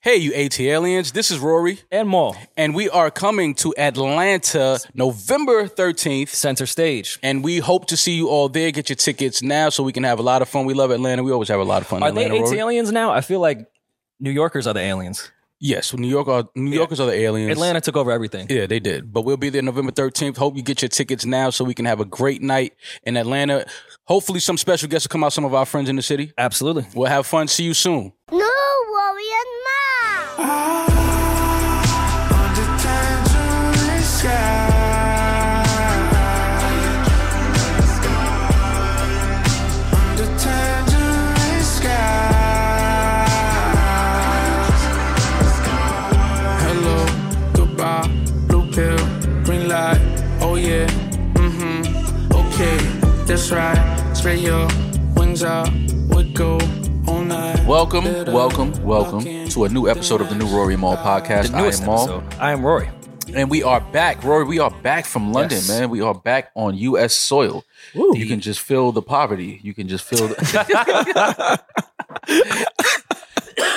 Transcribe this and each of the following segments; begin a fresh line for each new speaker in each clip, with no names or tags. Hey, you AT aliens, this is Rory,
and more.
and we are coming to Atlanta November 13th.
Center stage.
And we hope to see you all there. Get your tickets now so we can have a lot of fun. We love Atlanta. We always have a lot of fun. in
Are they
Atlanta,
AT
Rory.
aliens now? I feel like New Yorkers are the aliens.
Yes, New York are New Yorkers are the aliens.
Atlanta took over everything.
Yeah, they did. But we'll be there November 13th. Hope you get your tickets now so we can have a great night in Atlanta. Hopefully, some special guests will come out, some of our friends in the city.
Absolutely.
We'll have fun. See you soon.
No worry and mom.
Under tangerine skies. Under tangerine skies. Hello, goodbye, blue pill, green light. Oh yeah, mm-hmm. Okay, that's right. Spread your wings out, we go all night.
Welcome, welcome, welcome to a new episode of the new Rory Mall podcast.
The newest
I am Maul.
episode. I am Rory.
And we are back, Rory. We are back from London,
Yes.
man. We are back on U.S. soil.
Woo.
You can just feel the poverty. You can just feel the.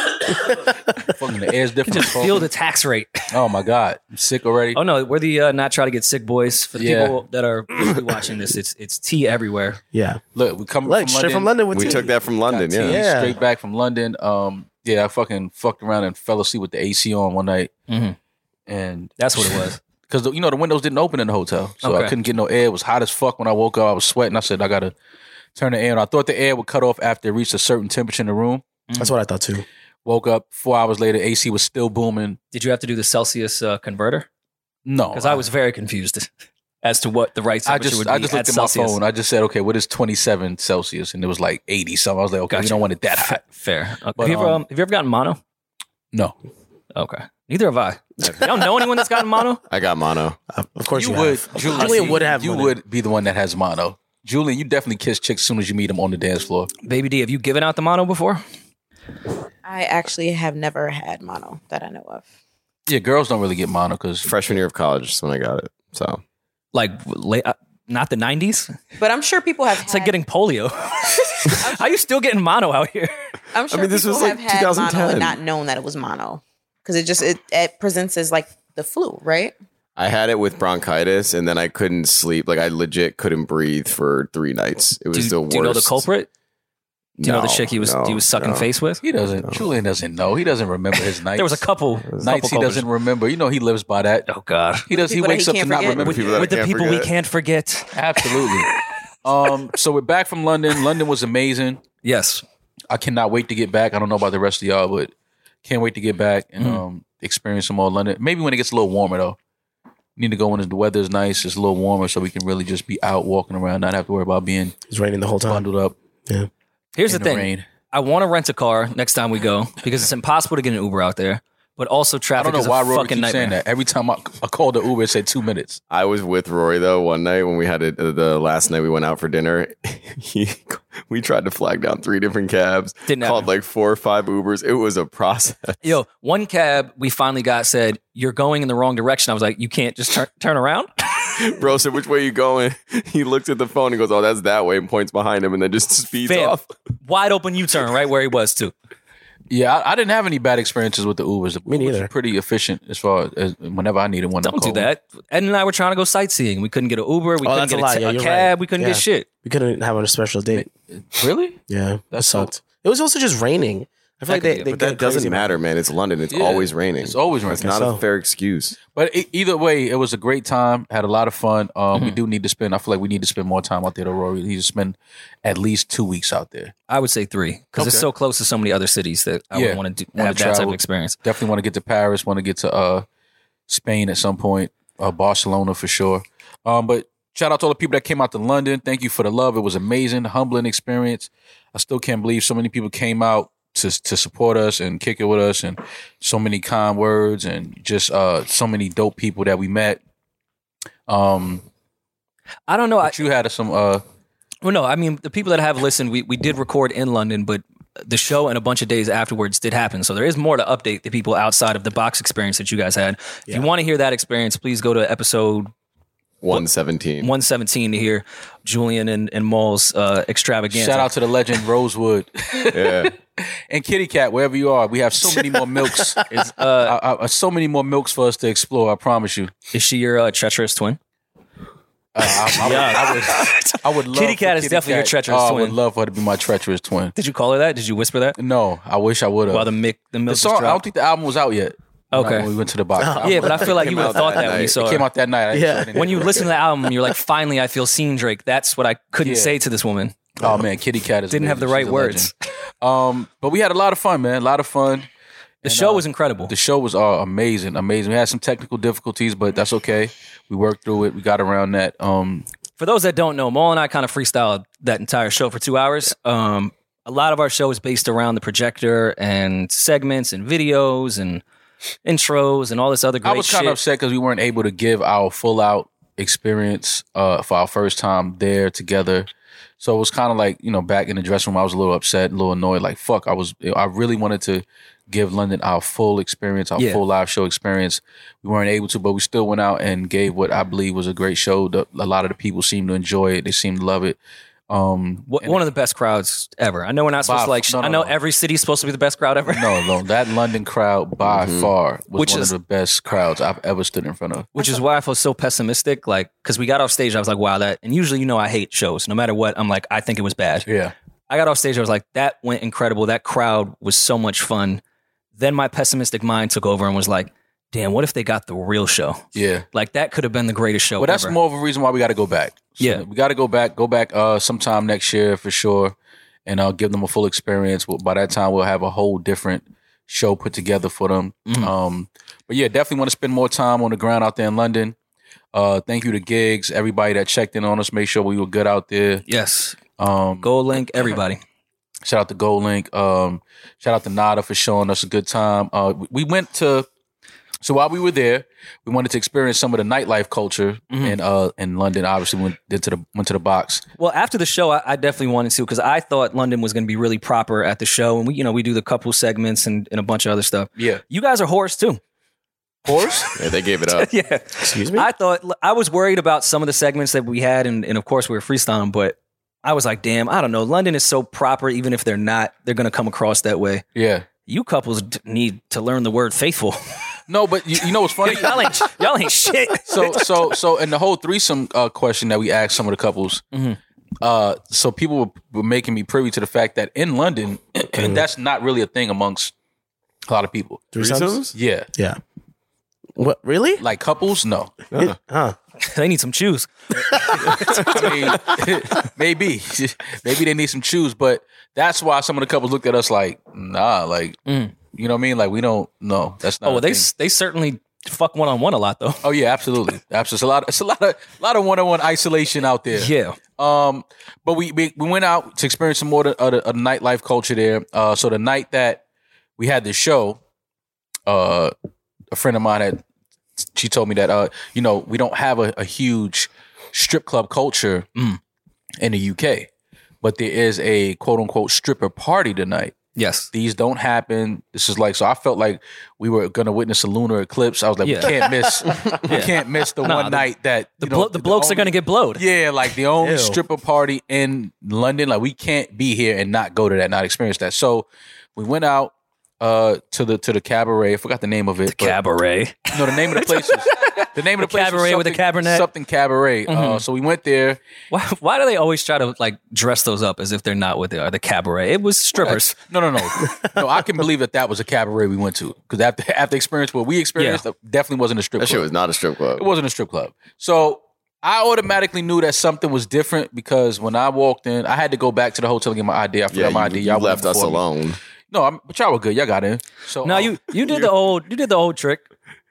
Fucking the air's different.
Feel the tax rate.
oh my god, I'm sick already.
Oh no, we're the uh, not try to get sick boys. For the
Yeah.
people that are really watching this, it's it's tea everywhere.
Yeah.
Look, we come
Like straight from London with
We
tea.
took that from London,
Got
yeah.
tea,
Yeah.
straight back from London. Um, yeah, I fucking fucked around and fell asleep with the AC on one night,
Mhm.
and
That's what it was.
because you know the windows didn't open in the hotel, so I
Okay.
couldn't get no air. It was hot as fuck when I woke up. I was sweating. I said I gotta turn the air on. I thought the air would cut off after it reached a certain temperature in the room.
That's what I thought too.
Woke up four hours later. AC was still booming.
Did you have to do the Celsius uh, converter?
No,
Because Oh, I was very confused as to what the right
I
temperature would
just
be
I just
at
looked at
Celsius.
my phone. I just said, okay, what is twenty seven Celsius? And it was like eighty something. I was like, okay, we
Gotcha.
don't want it that hot.
Fair. Okay.
But,
have, you ever,
um,
um, have you ever gotten mono?
No,
Okay. Neither have I. I don't know anyone that's gotten mono.
I got mono.
Of course you,
you, would.
have.
Julian,
Julian would have.
You
money.
would be the one that has mono. Julian, you definitely kiss chicks soon as you meet them on the dance floor.
Baby D, have you given out the mono before?
I actually have never had mono that I know of.
Yeah, girls don't really get mono because
Freshman year of college is when I got it. So
Like late, uh, not the nineties.
But I'm sure people have.
It's
Uh,
like getting polio. How you still getting mono out here?
I'm sure
mean, this
people
was, like,
have had mono
2010.
and not known that it was mono because it just it, it presents as like the flu, right?
I had it with bronchitis, and then I couldn't sleep. Like I legit couldn't breathe for three nights. It
Do,
was
you-
the worst.
do you know the culprit? Do you know the
No,
chick he was
no,
he was sucking
no.
face with?
he doesn't. Julian doesn't know. He doesn't remember his nights.
There was a couple
nights he
couple
doesn't remember. You know, he lives by that.
Oh God.
He does. He
People that
wakes
he
up to
can't
not
forget.
remember.
People that I
With the
can't
people we
forget.
can't forget.
Absolutely. um. So we're back from London. London was amazing.
Yes.
I cannot wait to get back. I don't know about the rest of y'all, but can't wait to get back and um experience some more London. Maybe when it gets a little warmer though. Need to go when the weather's nice. It's a little warmer, so we can really just be out walking around, not have to worry about being
It was raining the whole time.
bundled up
Here's
in
the thing.
rain.
I want to rent a car next time we go because it's impossible to get an Uber out there. But also
I
traffic
don't know
is
why
a
Rory
fucking
keeps
nightmare.
saying that. Every time I, I called the Uber, it said two minutes.
I was with Rory though one night when we had it, uh, the last night we went out for dinner. he, we tried to flag down three different cabs.
Didn't
called
happen.
like four or five Ubers. It was a process.
Yo, one cab we finally got said, You're going in the wrong direction. I was like, You can't just turn, turn around.
Bro said, "Which way you going?" He looked at the phone and goes, "Oh, that's that way," and points behind him, and then just speeds
Fam,
off.
Wide open U turn right where he was, too.
Yeah, I, I didn't have any bad experiences with the Ubers. The
Me
Ubers
neither.
were pretty efficient as far as whenever I needed one. I
Don't do
called.
that. Ed and I were trying to go sightseeing. We couldn't get an Uber. We
Oh,
couldn't
that's
get
a
a,
lie.
t-
Yeah,
a
you're
cab.
right.
We couldn't
Yeah.
get shit.
We couldn't have a special date.
Really?
Yeah, that
That's
sucked. It was also just raining. I feel
That
like
could
they,
be it,
they
But
go
that doesn't
crazy about
matter, man. It's London. It's
Yeah.
always raining.
It's always
It's
raining.
not
so.
a fair excuse.
But e either way, it was a great time. Had a lot of fun. Um,
Mm-hmm.
We do need to spend. I feel like we need to spend more time out there. Though, Rory, we need to spend at least two weeks out there.
I would say three because it's
Okay.
so close to so many other cities that I
Yeah.
would want to do,
Wanna
have that type
travel.
of experience.
Definitely want to get to Paris. Want to get to uh, Spain at some point. Uh, Barcelona for sure. Um, but shout out to all the people that came out to London. Thank you for the love. It was amazing, humbling experience. I still can't believe so many people came out to to support us and kick it with us, and so many kind words and just uh, so many dope people that we met. Um,
I don't know. I,
but you had some uh.
well, no, I mean, the people that have listened, we, we did record in London, but the show and a bunch of days afterwards did happen. So there is more to update the people outside of the box experience that you guys had. If you want to hear that experience, please go to episode
One seventeen.
117 to hear Julian and, and Mole's uh, extravaganza.
Shout out to the legend Rosewood.
Yeah.
and Kitty Cat, wherever you are, we have so many more milks.
Is, uh,
uh, uh, so many more milks for us to explore. I promise you.
is she your uh, treacherous twin?
Uh, I, I, would, I would. I would love
Kitty
for
Cat is definitely your treacherous
Oh, I would
twin.
love for her to be my treacherous twin.
Did you call her that? Did you whisper that?
No, I wish I would have.
While the mic, the milk
the
was
song, I don't
dropped?
think the album was out yet. when I-
Okay.
when we went to the box,
Yeah, but I feel like you would have
out
thought
that
that when you
night.
saw
it came
her.
out that night. I
Yeah.
saw it in
When
there.
you listen to the album, you're like, finally, I feel seen, Drake. That's what I couldn't
Yeah.
say to this woman.
oh man, Kitty Cat is
Didn't have the
amazing.
right
She's a legend.
words.
Um, but we had a lot of fun, man. A lot of fun.
The show was incredible.
uh, The show was all amazing, amazing. We had some technical difficulties, but that's okay. We worked through it. We got around that. Um,
for those that don't know, Maul and I kind of freestyled that entire show for two hours. Um, a lot of our show is based around the projector and segments and videos and intros and all this other great
I was
shit.
kind of upset because we weren't able to give our full out experience uh, for our first time there together. So it was kind of like you know back in the dressing room, I was a little upset, a little annoyed. Like fuck, I was I really wanted to give London our full experience, our
Yeah.
full live show experience. We weren't able to, but we still went out and gave what I believe was a great show. The, a lot of the people seemed to enjoy it. They seemed to love it. Um,
Wha- one of the best crowds ever. I know we're not supposed
By
to like.
f- no, no,
I know
no.
every city's supposed to be the best crowd ever,
no, no, that London crowd by far was
Mm-hmm. Which
one
is-
of the best crowds I've ever stood in front of.
which is why I feel so pessimistic. Like, because we got off stage, I was like, "Wow, that." And usually, you know, I hate shows. No matter what, I'm like, I think it was bad.
Yeah,
I got off stage. I was like, that went incredible. That crowd was so much fun. Then my pessimistic mind took over and was like, damn, what if they got the real show?
yeah.
Like that could have been the greatest show.
Well, that's
ever.
more of a reason why we got to go back.
Yeah.
we got to go back. Go back uh, sometime next year for sure, and I'll give them a full experience. Well, By that time, we'll have a whole different show put together for them.
Mhm.
Um, but yeah, definitely want to spend more time on the ground out there in London. Uh, thank you to gigs, everybody that checked in on us. Make sure we were good out there.
Yes,
Um,
Gold Link, everybody.
Shout out to Gold Link. Um, shout out to Nada for showing us a good time. Uh, we- we went to so while we were there, we wanted to experience some of the nightlife culture in uh in London. Obviously, went did to the went to the box.
Well, after the show, I, I definitely wanted to because I thought London was going to be really proper at the show, and we, you know, we do the couple segments and, and a bunch of other stuff.
Yeah,
You guys are horse too.
horse.
Yeah, they gave it up.
yeah.
Excuse me?
I thought I was worried about some of the segments that we had, and, and of course we were freestyling, but I was like, damn, I don't know. London is so proper, even if they're not, they're going to come across that way.
yeah.
You couples d- need to learn the word faithful.
No, but you, you know what's funny?
y'all ain't y'all ain't shit.
so so so in the whole threesome uh, question that we asked some of the couples
Mhm.
uh so people were, were making me privy to the fact that in london that's not really a thing amongst a lot of people
Threesomes?
yeah
Yeah. What? Really?
like couples no
It- huh.
they need some shoes.
I mean, maybe maybe they need some shoes but that's why some of the couples looked at us like nah like
Mm.
you know what i mean like we don't no that's not
Oh, well,
a
they
thing.
they certainly fuck one on one a lot though.
oh yeah absolutely absolutely it's a lot it's a lot of a lot of one-on-one isolation out there
Yeah.
Um, but we, we we went out to experience some more of the, of the- of the nightlife culture there. Uh, so the night that we had the show, uh, a friend of mine had she told me that uh, you know, we don't have a, a huge strip club culture
Mm.
in the UK, but there is a quote unquote stripper party tonight
Yes.
these don't happen. This is like so. I felt like we were gonna witness a lunar eclipse. I was like,
Yeah.
we can't miss, we can't miss the
Nah,
one
the-
night that
The,
you know,
blo- the blokes are
only-
gonna get blowed.
yeah, like the only
Ew.
stripper party in London. Like we can't be here and not go to that, not experience that. So we went out uh to the to the cabaret. I forgot the name of it. but-
Cabaret.
No, the name of the place was the name of the,
The
place was
cabaret with the
something-
cabernet.
Something cabaret.
Mm-hmm.
Uh, so we went there.
Why, why do they always try to like dress those up as if they're not what they are? The cabaret. It was strippers.
No, no, no, no. I can believe that that was a cabaret we went to because after after experience what we experienced, it definitely wasn't a strip.
That
club.
shit was not a strip club.
It wasn't a strip club. So I automatically knew that something was different because when I walked in, I had to go back to the hotel and get my ID. I forgot
Yeah,
my
you,
ID.
you
Y'all went
left us
before me.
alone.
No, I'm, but y'all were good. Y'all got in. So
No,
uh,
you you did the old you did the old trick.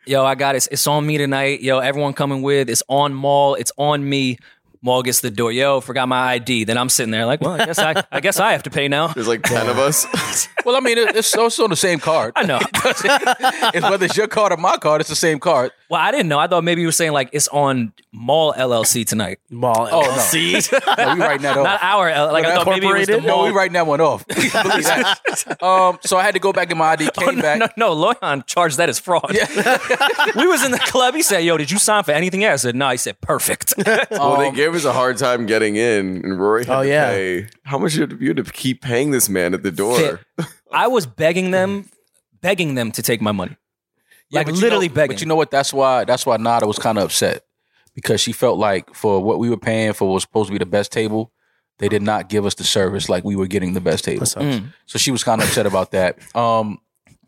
Yo, I got it. It's on me tonight. Yo, everyone coming with. It's on Maul. It's on me. Maul gets the door. Yo, forgot my ID. Then I'm sitting there like, well, I guess I I guess I have to pay now.
There's like ten of us.
Well, I mean, it, it's also on the same card.
I know.
it's whether it's your card or my card. It's the same card.
Well, I didn't know. I thought maybe you were saying like it's on Mall LLC tonight,
Mall.
Oh no, see, no, we writing that off.
not our L- like I thought maybe it was the
Incorporated?
no,
Mall.
we writing that one off. Believe that. Um, so I had to go back in my ID, came
Oh, no,
back.
no, no, Loyan charged that as fraud. we was in the club. He said, "Yo, did you sign for anything else?" I said, "No." He said, "Perfect."
well, they gave us a hard time getting in, and Rory. Had
Oh,
to
yeah.
pay- How much did you have to keep paying this man at the door?
I was begging them, begging them to take my money. Like
but
literally
you know,
begging.
But you know what? That's why that's why Nada was kind of upset because she felt like for what we were paying for what was supposed to be the best table, they did not give us the service like we were getting the best table.
That sucks.
Mm.
So she was kind of upset about that. Um,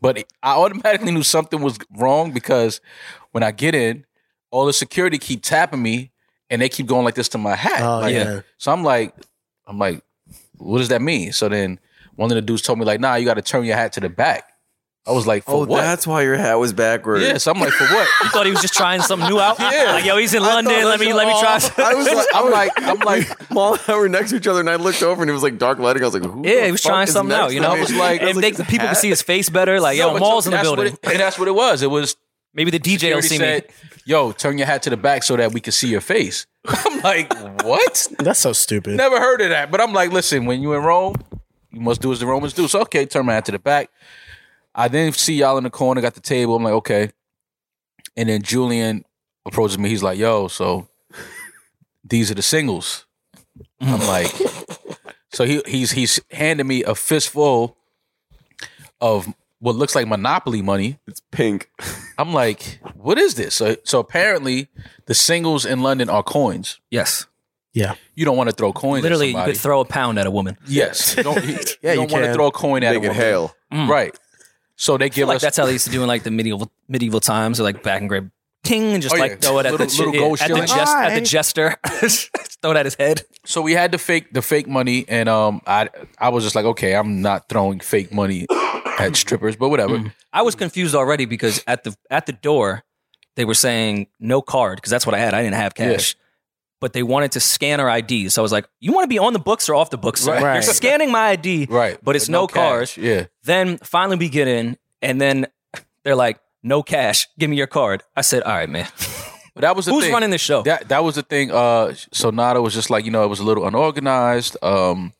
but I automatically knew something was wrong because when I get in, all the security keep tapping me and they keep going like this to my hat.
Oh
Like,
yeah.
So I'm like, I'm like, what does that mean? So then one of the dudes told me like, nah, you got to turn your hat to the back. I was like, for
Oh,
what?
that's why your hat was backwards.
yeah. So I'm like, for what?
You thought he was just trying something new out.
Yeah.
Like yo, he's in London.
thought
Let me let me try. some-
I was like,
I'm like, I'm like,
Maul and I were next to each other, and I looked over, and it was like dark lighting. I was like, Who
yeah,
the
he was
fuck
trying
is
something
next
out. You
to
know,
me?
like-
I
and
was
make
like,
the people could
"Hat?"
see his face better. Like
No,
yo,
but
Maul's in the
that's what
building.
it- and that's what it was. It was
Maybe the DJ will
security
see me.
said, "Yo, turn your hat to the back so that we can see your face." I'm like, what?
That's so stupid.
Never heard of that. But I'm like, listen, when you in Rome, you must do as the Romans do. So okay, turn my hat to the back. I then see y'all in the corner, got the table. I'm like, okay. And then Julian approaches me. He's like, yo, so these are the singles. I'm like, so he he's he's handing me a fistful of what looks like Monopoly money.
It's pink.
I'm like, what is this? So, so apparently, the singles in London are coins.
Yes,
You don't want to throw coins.
literally,
at
you
somebody.
could throw a pound at a woman.
yes, you don't, you,
Yeah, you
don't want to
can.
throw a coin at
Make
a
it
woman.
hail.
right? So they give
like
us
that's how they used to do in like the medieval medieval times, or like back in grade. Ting and just
Oh,
like
yeah.
throw it at
Little-
the
little
yeah,
gold
at the,
shilling.
jest, at the jester, throw it at his head.
So we had the fake the fake money, and um, I I was just like, okay, I'm not throwing fake money at strippers, but whatever.
I was confused already because at the at the door they were saying no card because that's what I had. I didn't have cash. But they wanted to scan our IDs. So I was like, you want to be on the books or off the books? sir?
Right.
You're scanning my ID,
Right,
but it's no, card.
cash. Yeah,
Then finally we get in, and then they're like, no cash. Give me your card. I said, all right, man.
but that was the
Who's
thing.
running this show?
That that was the thing. Uh, so Nada was just like, you know, it was a little unorganized. Um,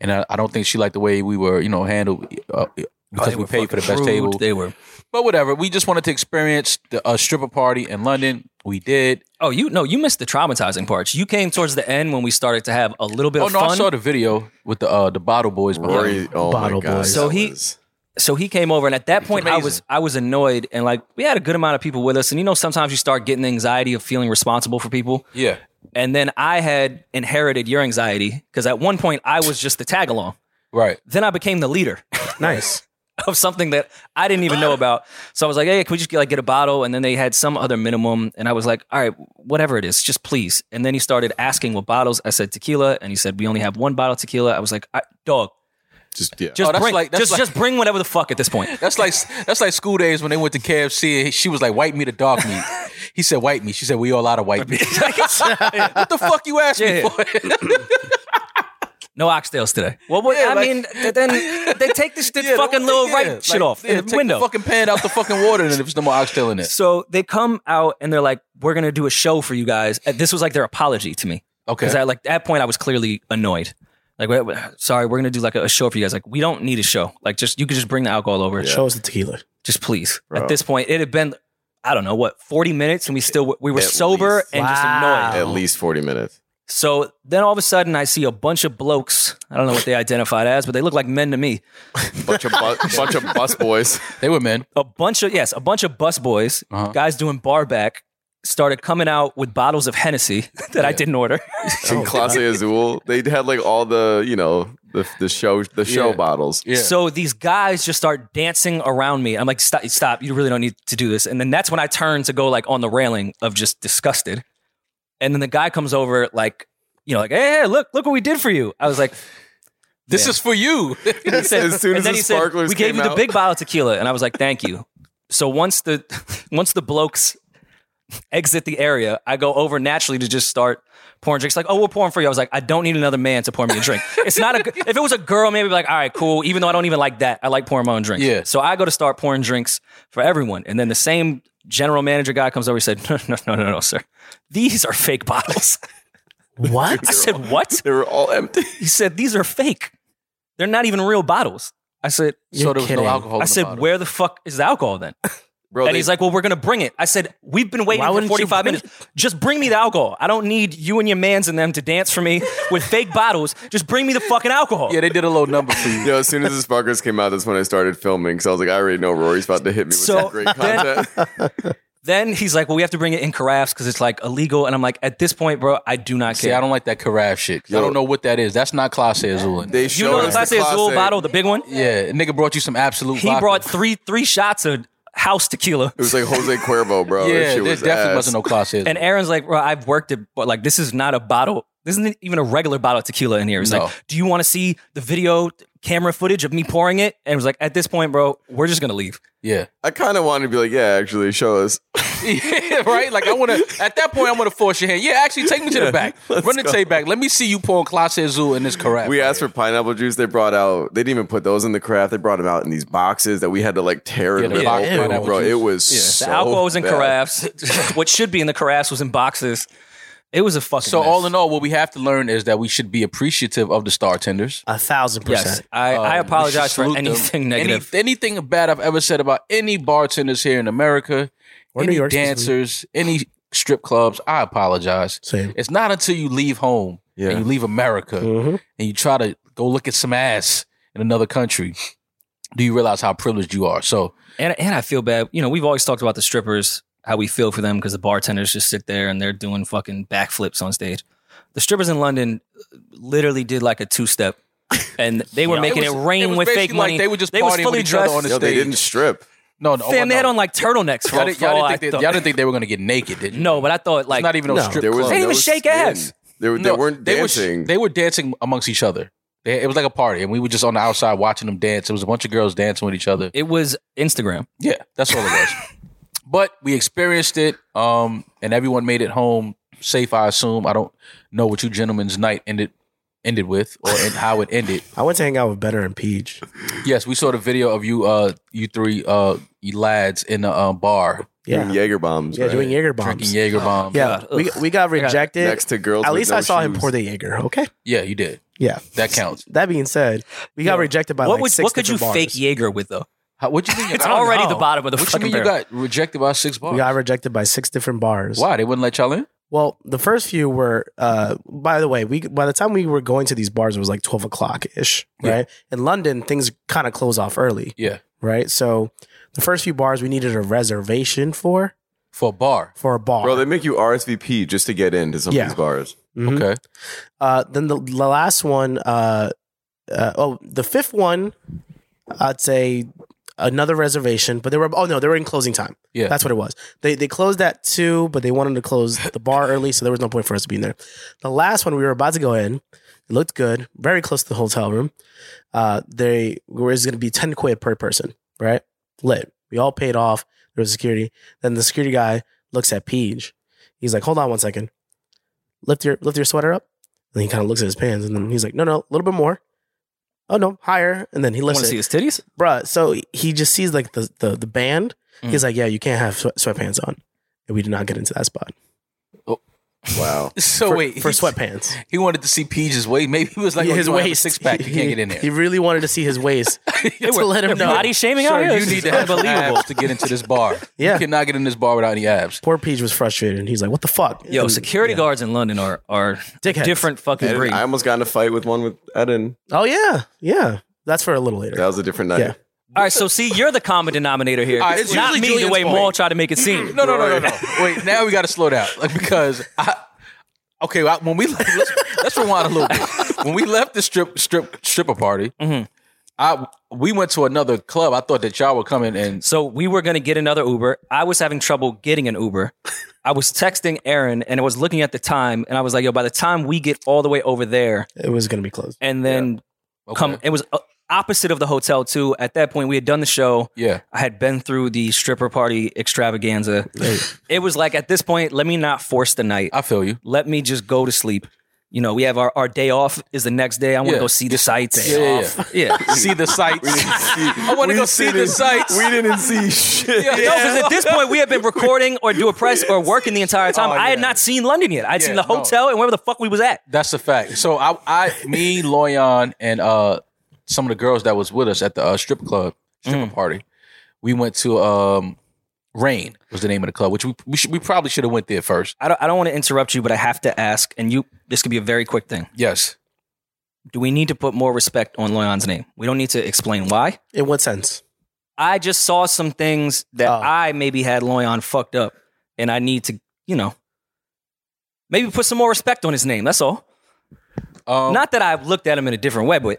and I, I don't think she liked the way we were, you know, handled
Oh,
uh, because we paid for the best
Rude.
table.
They were.
but whatever. We just wanted to experience the uh, stripper party in London. We did.
Oh, you no, you missed the traumatizing parts. You came towards the end when we started to have a little bit
Oh
of
no,
fun.
I saw the video with the uh, the bottle boys behind.
Rory, oh
Bottle
my god.
boys.
So
that
he-
was-
so he came over and at that point i was i was annoyed and like we had a good amount of people with us and you know sometimes you start getting the anxiety of feeling responsible for people
Yeah,
and then i had inherited your anxiety because at one point i was just the tag along
right.
then i became the leader
Nice.
of something that i didn't even know about so i was like hey can we just get, like get a bottle and then they had some other minimum and i was like all right whatever it is just please and then he started asking what bottles i said tequila and he said we only have one bottle of tequila i was like "I- dog
just yeah.
just
Oh, that's
bring
like- that's
just
like-
just bring whatever the fuck at this point
That's like that's like school days when they went to KFC. and She was like, "White meat or dark meat?" He said, "White meat." She said, "We all out of white meat." what the fuck you asked
Yeah.
me for?
No oxtails today. Well, what,
Yeah,
I
like-
mean, th- then they take this, this
Yeah,
fucking
don't-
little
yeah,
right
like,
shit off
yeah,
in the
take
window.
fucking pan out the fucking water, and if there's no more oxtail in it.
so they come out and they're like, "We're gonna do a show for you guys." Uh, This was like their apology to me
Okay.
because at like that point I was clearly annoyed. Like, "Wait, wait, sorry, we're gonna do like a, a show for you guys. Like, we don't need a show. Like, just you could just bring the alcohol over.
Show us the tequila.
Just please.
Bro.
At this point, it had been I don't know what forty minutes, and we still we were
At
sober
least.
and just annoyed.
at least forty minutes.
So then all of a sudden, I see a bunch of blokes. I don't know what they identified as, but they look like men to me.
Bunch of bu- bunch of bus boys.
they were men.
a bunch of yes, a bunch of bus boys,
Uh-huh.
guys doing bar back, started coming out with bottles of Hennessy that I didn't order.
in Clase Azul. They had like all the you know the the show the show
Yeah.
bottles.
Yeah.
So these guys just start dancing around me. I'm like, stop, stop! You really don't need to do this. And then that's when I turn to go like on the railing of just disgusted. And then the guy comes over like, you know, like, hey, hey, look, look what we did for you. I was like,
this
man.
is for you.
And he said-
As soon
and
as
then
the
he said,
sparklers
we gave
came
you the
out."
big bottle of tequila, and I was like, thank you. So once the once the blokes exit the area, I go over naturally to just start pouring drinks. Like, oh, we're pouring for you. I was like, I don't need another man to pour me a drink. It's not a. g- if it was a girl, maybe I'd be like, all right, cool. Even though I don't even like that, I like pouring my own drinks.
Yeah.
So I go to start pouring drinks for everyone, and then the same general manager guy comes over. He said, no, no, no, no, no, sir. These are fake bottles.
What?
I said, what?
They were all empty.
He said, these are fake. They're not even real bottles. I said,
so there was
kidding.
no alcohol. in
I
the
said,
bottle.
where the fuck is the alcohol then?
Bro,
and
they-
he's like, "Well, we're gonna bring it." I said, "We've been waiting
Why
for
wouldn't you
45
bring
minutes. Just bring me the alcohol. I don't need you and your mans and them to dance for me with fake bottles. Just bring me the fucking alcohol."
Yeah, they did a little number for you.
Yo, as soon as the sparklers came out, that's when I started filming because I was like, I already know Rory's about to hit me with
So
some great content.
Then he's like, "Well, we have to bring it in carafes because it's like illegal." And I'm like, "At this point, bro, I do not care."
See, I don't like that carafe shit. 'cause I
Yo.
don't know what that is. That's not Classe Azul.
They
you
showed
know the
us the
Clase Azul
Clase.
bottle, the big one.
yeah, nigga brought you some absolute.
He
vodka.
brought three three shots of house tequila.
It was like Jose Cuervo, bro. Oh, That
Yeah,
shit
there
was
definitely
ass.
wasn't no Classe Azul.
And Aaron's like, bro, I've worked it, but like, this is not a bottle. This isn't even a regular bottle of tequila in here. It's
No.
like, do you want to see the video camera footage of me pouring it? And it was like, at this point, bro, we're just gonna leave.
yeah.
I kind of wanted to be like, yeah, actually, show us.
yeah, right. Like I want to. At that point, I'm gonna force your hand. Yeah, actually, take me to the back. Run the tape back. Let me see you pouring Classe Azul in this carafe.
We asked for pineapple juice. They brought out. They didn't even put those in the craft. They brought them out in these boxes that we had to like tear
Yeah,
it
the
open.
box pineapple
bro,
juice.
it was
Yeah. The
The
so
alcohol was in
bad.
carafes. what should be in the carafes was in boxes. It was a fucking.
So
mess.
all in all, what we have to learn is that we should be appreciative of the star tenders.
A thousand
yes,
percent.
I, I
Um, we
apologize
should
for
salute them.
anything
Any-
negative.
anything bad I've ever said about any bartenders here in America,
Or
any
New York specifically.
dancers, any strip clubs. I apologize.
Same.
It's not until you leave home
Yeah. Mm-hmm.
and you leave America
Mhm.
and you try to go look at some ass in another country do you realize how privileged you are. So
And and I feel bad. You know, we've always talked about the strippers, how we feel for them because the bartenders just sit there and they're doing fucking backflips on stage. The strippers in London uh, literally did like a two step, and they were
Yeah.
making
It
it,
was-
rain
it was
with
basically
fake
like
money.
they were just
was
partying
fully
with each other
dressed.
on the
Yo, they
stage.
didn't strip.
no, no,
Fam,
no.
they had on like turturnecks for,
y'all, didn't,
for
y'all,
all
didn't
I
think they,
thought.
y'all didn't think they were going to get naked, did you?
No, but I thought like
it's not even no,
No.
strip
There was
club.
They didn't
no
even shake
skin.
ass.
They, were,
No,
they weren't
they were sh-
dancing.
they were dancing amongst each other. They, it was like a party, and we were just on the outside watching them dance. It was a bunch of girls dancing with each other.
it was Instagram.
Yeah, that's all it was. but we experienced it, um, and everyone made it home safe. I assume. I don't know what you gentlemen's night ended ended with, or and how it ended.
I went to hang out with Better and Peach.
Yes, we saw the video of you, uh, you three, uh, you lads in the um, bar
Yeah.
doing Jaeger bombs.
Yeah,
right?
doing Jaeger bombs.
drinking Jaeger bombs. Oh,
yeah,
God,
we, we got rejected.
Next to girls.
At
with
least
no
I saw him
shoes.
pour the Jaeger. Okay.
yeah, you did.
Yeah.
That counts.
That being said, we got rejected by
what
like
was
six
what could you
different
fake
bars.
Jaeger with though?
How, what you mean?
It's
I don't
already
know.
the bottom of the
What you
fucking
mean you
barrel.
got rejected by six bars?
We got rejected by six different bars.
Why they wouldn't let y'all in?
Well, the first few were. Uh, by the way, we by the time we were going to these bars, it was like twelve o'clock ish, right? In London, things kind of close off early,
Yeah,
right? So, the first few bars we needed a reservation for
for a bar.
for a bar.
Bro, they make you RSVP just to get into some
Yeah.
of these bars.
Mhm.
Okay,
Uh, then the, the last one, uh, uh, oh, the fifth one, I'd say another reservation, but they were oh no, they were in closing time.
Yeah.
that's what it was. They they closed at two, but they wanted to close the bar early, so there was no point for us to be in there. The last one we were about to go in, it looked good, very close to the hotel room. Uh, they were going to be ten quid per person, right? Lit. We all paid off. There was security. Then the security guy looks at Peach. He's like, "Hold on one second. Lift your lift your sweater up." And he kind of looks at his pants, and then he's like, "No, no, a little bit more." Oh no, higher. And then he
Want
lifts
to
it
see his titties?
bruh. So he just sees like the the, the band.
Mm.
He's like, yeah, you can't have sweat, sweatpants on. And we did not get into that spot
Wow.
so
for,
wait
for sweatpants.
He wanted to see Peach's waist. Maybe he was like, oh,
his
his waist
waist
six pack. You can't get in there.
He really wanted to see his waist to let him know.
Body shaming out
Sir,
here.
you
This is
need to have
unbelievable.
abs to get into this bar.
Yeah.
you cannot get in this bar without any abs.
Poor Peach was frustrated, and he's like, what the fuck?
Yo,
And-
security
yeah.
guards in London are are
Dickheads.
different fucking breed.
I almost got in a fight with one with Eden.
Oh yeah, yeah. That's for a little later.
That was a different night.
Yeah.
All right, so see, you're the common denominator here.
All right,
it's
it's
not me
usually
the
Julian's
way
point.
Maul tried to make it seem.
No, no, no, no, no. Wait, now we got to slow down like, because I. Okay, well, when we left, let's, let's rewind a little bit. When we left the strip strip stripper party, I we went to another club. I thought that y'all were coming, and
So we were gonna get another Uber. I was having trouble getting an Uber. I was texting Aaron and I was looking at the time and I was like, yo, by the time we get all the way over there
It was gonna be closed.
and then
Okay.
come it was uh, opposite of the hotel too. At that point we had done the show.
yeah,
I had been through the stripper party extravaganza. it was like at this point, let me not force the night.
I feel you.
let me just go to sleep. You know, we have our, our day off is the next day. I want to
Yeah.
go see the sights.
Yeah, yeah,
yeah.
See the sights. I want to go see the
didn't-
sights.
We didn't see shit.
Yeah.
No, because at this point we had been recording or do a press or working the entire time.
Oh,
I had
yeah.
not seen London yet. I'd
Yeah,
seen the
no.
hotel and wherever the fuck we was at.
That's a fact. So I, I, me, Loyan, and uh,
Mm.
some of the girls that was with us at the uh, strip club, stripper party, we went to um, Rain was the name of the club, which we we, should, we probably should have went there first.
I don't, I don't want to interrupt you, but I have to ask, and you this could be a very quick thing.
Yes,
Do we need to put more respect on Loyan's name? We don't need to explain why.
In what sense?
I just saw some things that
Oh.
I maybe had Loyan fucked up, and I need to, you know, maybe put some more respect on his name. That's all.
um,
Not that I've looked at him in a different way, but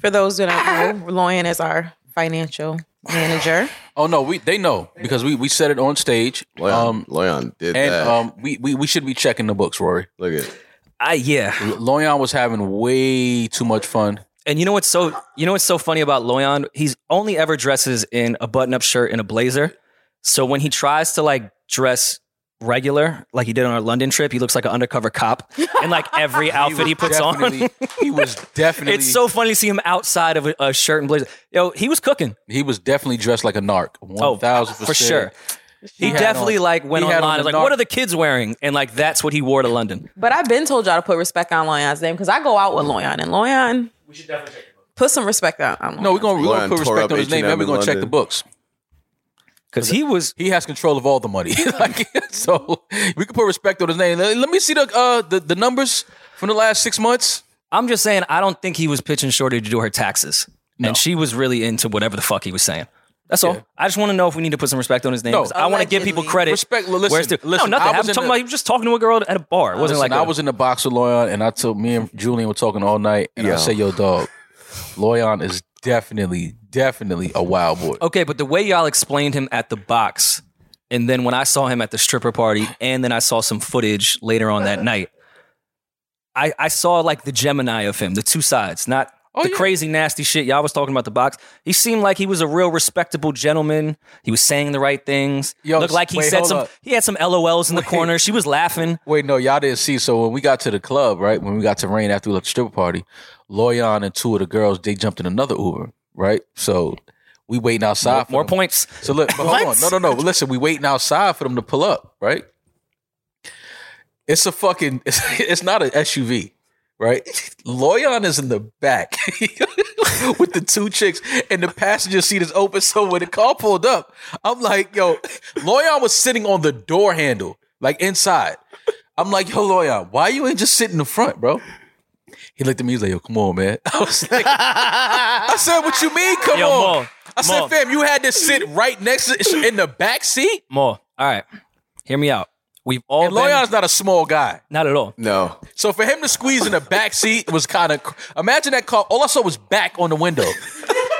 For those who don't know, Loyan is our financial manager.
Oh no, we they know because we we said it on stage.
Leon,
Um,
Leon did
and
that.
um, we, we we should be checking the books, Rory.
Look at
I yeah.
Loyon was having way too much fun.
And you know what's so you know what's so funny about Loyan? He's only ever dresses in a button-up shirt and a blazer. So when he tries to like dress regular, like he did on our London trip, he looks like an undercover cop in like every outfit he puts on.
Definitely- he was definitely
It's so funny to see him outside of a, a shirt and blazer. Yo, he was cooking.
he was definitely dressed like a narc.
Oh,
One thousand
for sure. He,
had
definitely
on-
like went
he had
online
on
and
the
like, what
dark-
are the kids wearing? And like that's what he wore to London.
But I've been told y'all to put respect on Loyan's name because I go out with Loyan and Loyan. We should definitely put some respect on. on
No, we're gonna, we're gonna
Lion
put
tore
respect
up
on his name,
H&M
and we're
in
gonna check
London.
the books.
Because he was
He has control of all the money, like, so we can put respect on his name. Let, let me see the uh the, the numbers from the last six months.
I'm just saying I don't think he was pitching Shorty to do her taxes. And she was really into whatever the fuck he was saying. That's all. I just want to know if we need to put some respect on his name.
No.
'cause I want to give people
Allegedly.
credit.
Respect- l- listen,
where it's due.
listen,
no,
I
nothing.
was
happened.
in
I'm talking
the-
about he was just talking to a girl at a bar. It wasn't
Listen,
like
I
a-
was in the box with Loyon, and I told me and Julian were talking all night, and I
Yo.
said, "Yo, dog, Loyon is definitely, definitely a wild boy."
Okay, but the way y'all explained him at the box, and then when I saw him at the stripper party, and then I saw some footage later on that night, I, I saw like the Gemini of him, the two sides, not
Oh,
the
yeah.
crazy, nasty shit y'all was talking about the box. He seemed like he was a real respectable gentleman. He was saying the right things.
Yo,
Looked like he
wait,
said
hold
some.
up.
He had some LOLs in the corner. She was laughing.
Wait, no, y'all didn't see. So when we got to the club, right, when we got to Rain after we left the stripper party, Loyon and two of the girls they jumped in another Uber, right? So we waiting outside. for
More
them.
points.
So look, but hold on. No, no, no. Listen, we waiting outside for them to pull up, right? It's a fucking. It's, it's not an SUV, right? Loyon is in the back with the two chicks, and the passenger seat is open. So when the car pulled up, I'm like, yo, Loyon was sitting on the door handle, like inside. I'm like, yo, Loyon, why you ain't just sitting in the front, bro? He looked at me. He's like, yo, come on, man. I was like, I said, what you mean? Come
Yo,
on.
Mo,
I said,
Mo.
fam, you had to sit right next to in the back seat.
More. All right, hear me out. We've all
And
been-
Loyan's not a small guy,
not at all.
no.
so for him to squeeze in the back seat was kind of. Imagine that car. All I saw was back on the window.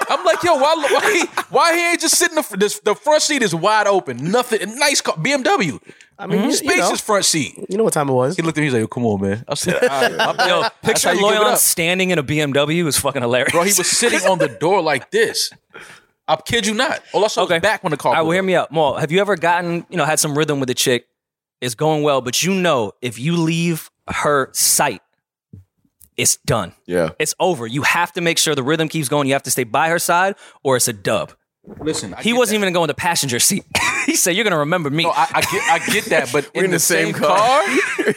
I'm like, yo, why, why, he, why he ain't just sitting? The, fr- this, the front seat is wide open. Nothing. Nice car, BMW.
I mean, you,
Spacious
you, know,
front seat.
you know what time it was.
He looked at me. He's like, yo, come on, man. I said, all right, my bad.
Yo, picture
how you give it
Loyon
up.
standing in a BMW is fucking hilarious.
bro, he was sitting on the door like this. I kid you not. All I saw was back when the car.
All right,
pulled up.
well, hear me out, Maul. Have you ever gotten, you know, had some rhythm with a chick? It's going well, but you know, if you leave her sight, it's done.
Yeah.
It's over. You have to make sure the rhythm keeps going. You have to stay by her side, or it's a dub.
Listen, I
He
get
wasn't
that.
even going to go in the passenger seat. he said, "You're gonna remember me."
No, I, I get, I get that, but
We're in, the, same, car.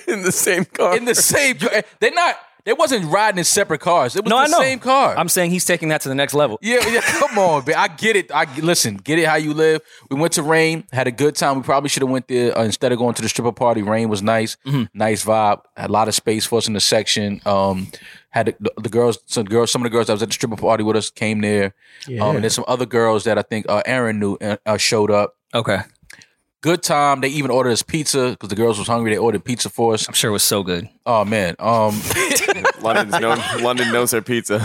in the same car.
in the same. They're not. They wasn't riding in separate cars. It was
No,
the
I know.
same car.
I'm saying he's taking that to the next level.
yeah, yeah. Come on, man. I get it. I listen. Get it how you live. We went to Rain. Had a good time. We probably should have went there uh, instead of going to the stripper party. Rain was nice.
Mm-hmm.
Nice vibe. Had a lot of space for us in the section. Um, had the, the girls. Some girls. Some of the girls that was at the stripper party with us came there. Um, and there's some other girls that I think uh, Aaron knew uh, uh, showed up.
Okay,
Good time. They even ordered us pizza because the girls was hungry. They ordered pizza for us.
I'm sure it was so good
Oh man. Um.
London's known, London knows her pizza.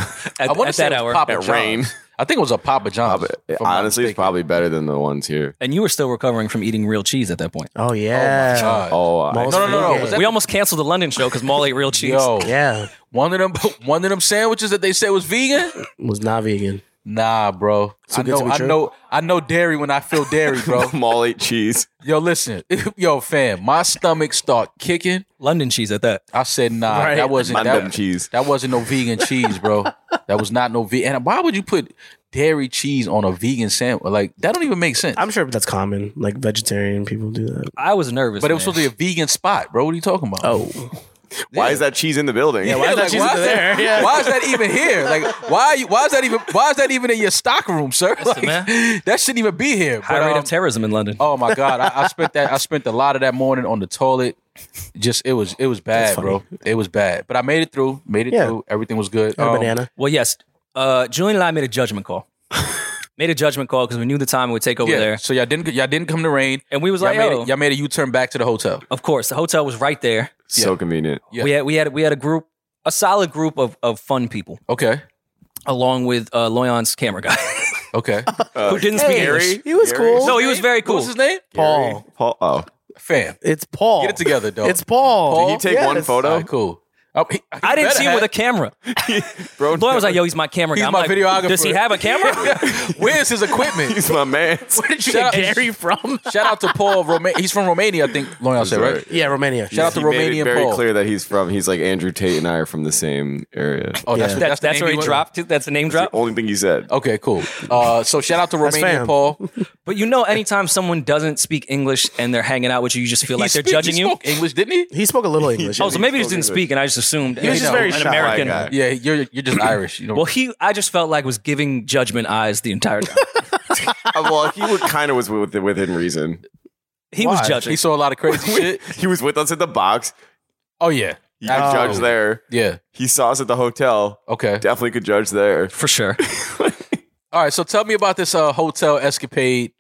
at,
I want
at
to say
that
it was
hour.
Papa
At
John's.
Rain.
I think it was a Papa John's.
But
if I'm not
honestly, it's
mistaken.
probably better than the ones here.
And you were still recovering from eating real cheese at that point.
Oh yeah.
God.
Oh, I-
Most
No, no, no, no.
wicked.
Was that-
We almost canceled the London show because Maul ate real cheese.
Yo,
yeah,
one of them, one of them sandwiches that they said was vegan.
it was not vegan.
Nah, bro. I
good to
know,
be
I
true.
know, I know dairy when I feel dairy, bro.
Mall ate cheese.
yo, listen, yo, fam, my stomach start kicking.
London cheese at that.
I said, nah,
Right.
that wasn't
Mandem
that,
cheese.
that wasn't no vegan cheese, bro. that was not no vegan. And why would you put dairy cheese on a vegan sandwich? Like that don't even make sense.
I'm sure that's common. Like vegetarian people do that.
I was nervous,
but it was
man.
supposed to be a vegan spot, bro. What are you talking about?
Oh,
Why is that cheese in the building?
Yeah, why is that
Like,
cheese
why
in
is
there?
that-
Yeah.
Why is that even here? Like, why? you- Why is that even? Why is that even in your stock room, sir? Like,
man.
that shouldn't even be here.
High
But,
rate
um,
of terrorism in London.
Oh my god, I, I spent that. I spent a lot of that morning on the toilet. Just it was it was bad, bro. It was bad, but I made it through. Made it
Yeah.
through. Everything was good.
Or
Um,
banana.
Well, yes. Uh, Julian and I made a judgment call. made a judgment call because we knew the time it would take over
Yeah.
there.
So y'all didn't y'all didn't come to rain.
And we was
y'all
like,
made,
yo.
a, y'all made a U turn back to the hotel.
Of course, the hotel was right there.
So convenient.
Yeah.
We had we had we had a group, a solid group of of fun people,
Okay.
along with uh, Loyan's camera guy,
Okay.
Uh,
who didn't speak English.
He was cool.
No, he was very
What
cool.
was his name?
Paul.
Paul. Oh,
Fam.
It's Paul.
Get it together, dog.
It's Paul.
Did
did he take
Yes.
one photo,
All right, cool. Oh, he- he
I didn't
better
see him
have-
with a camera.
bro?
Loyan was like, "Yo, he's my camera
He's
guy." I'm
my
like,
videographer.
Does he have a camera?
Where's his equipment?
he's my man."
shout, out,
Gary from?
shout out to Paul. Roma- he's from Romania, I think. Loyal said, right?
yeah, Romania.
Shout out to
He made
Romanian
it very
Paul.
clear that he's from. He's like Andrew Tate and I are from the same area.
Oh, that's,
Yeah.
what-
that's
that's, the
that's
name
where he
went-
dropped. it. That's the name drop.
Only thing he said.
Okay, cool. Uh, so shout out to
That's
Romanian
fam.
Paul.
But you know, anytime someone doesn't speak English and they're hanging out with you, you just feel
He
like they're
speak-
judging
he
you.
spoke English, didn't he?
He spoke a little English.
Oh, so maybe he just
spoke
didn't
English.
speak, and I just assumed
he was
you
just
know,
very
an
shy.
American.
Like, uh,
Yeah, you're you're just Irish. You know.
Well, he I just felt like was giving judgment eyes the entire time.
Uh, well, he would kind of was with, within reason.
He was judging.
He saw a lot of crazy shit.
He was with us at the box.
Oh yeah,
You could judge
Absolutely.
there.
yeah.
He saw us at the hotel.
Okay.
Definitely could judge there.
for sure.
All right. So tell me about this uh, hotel escapade,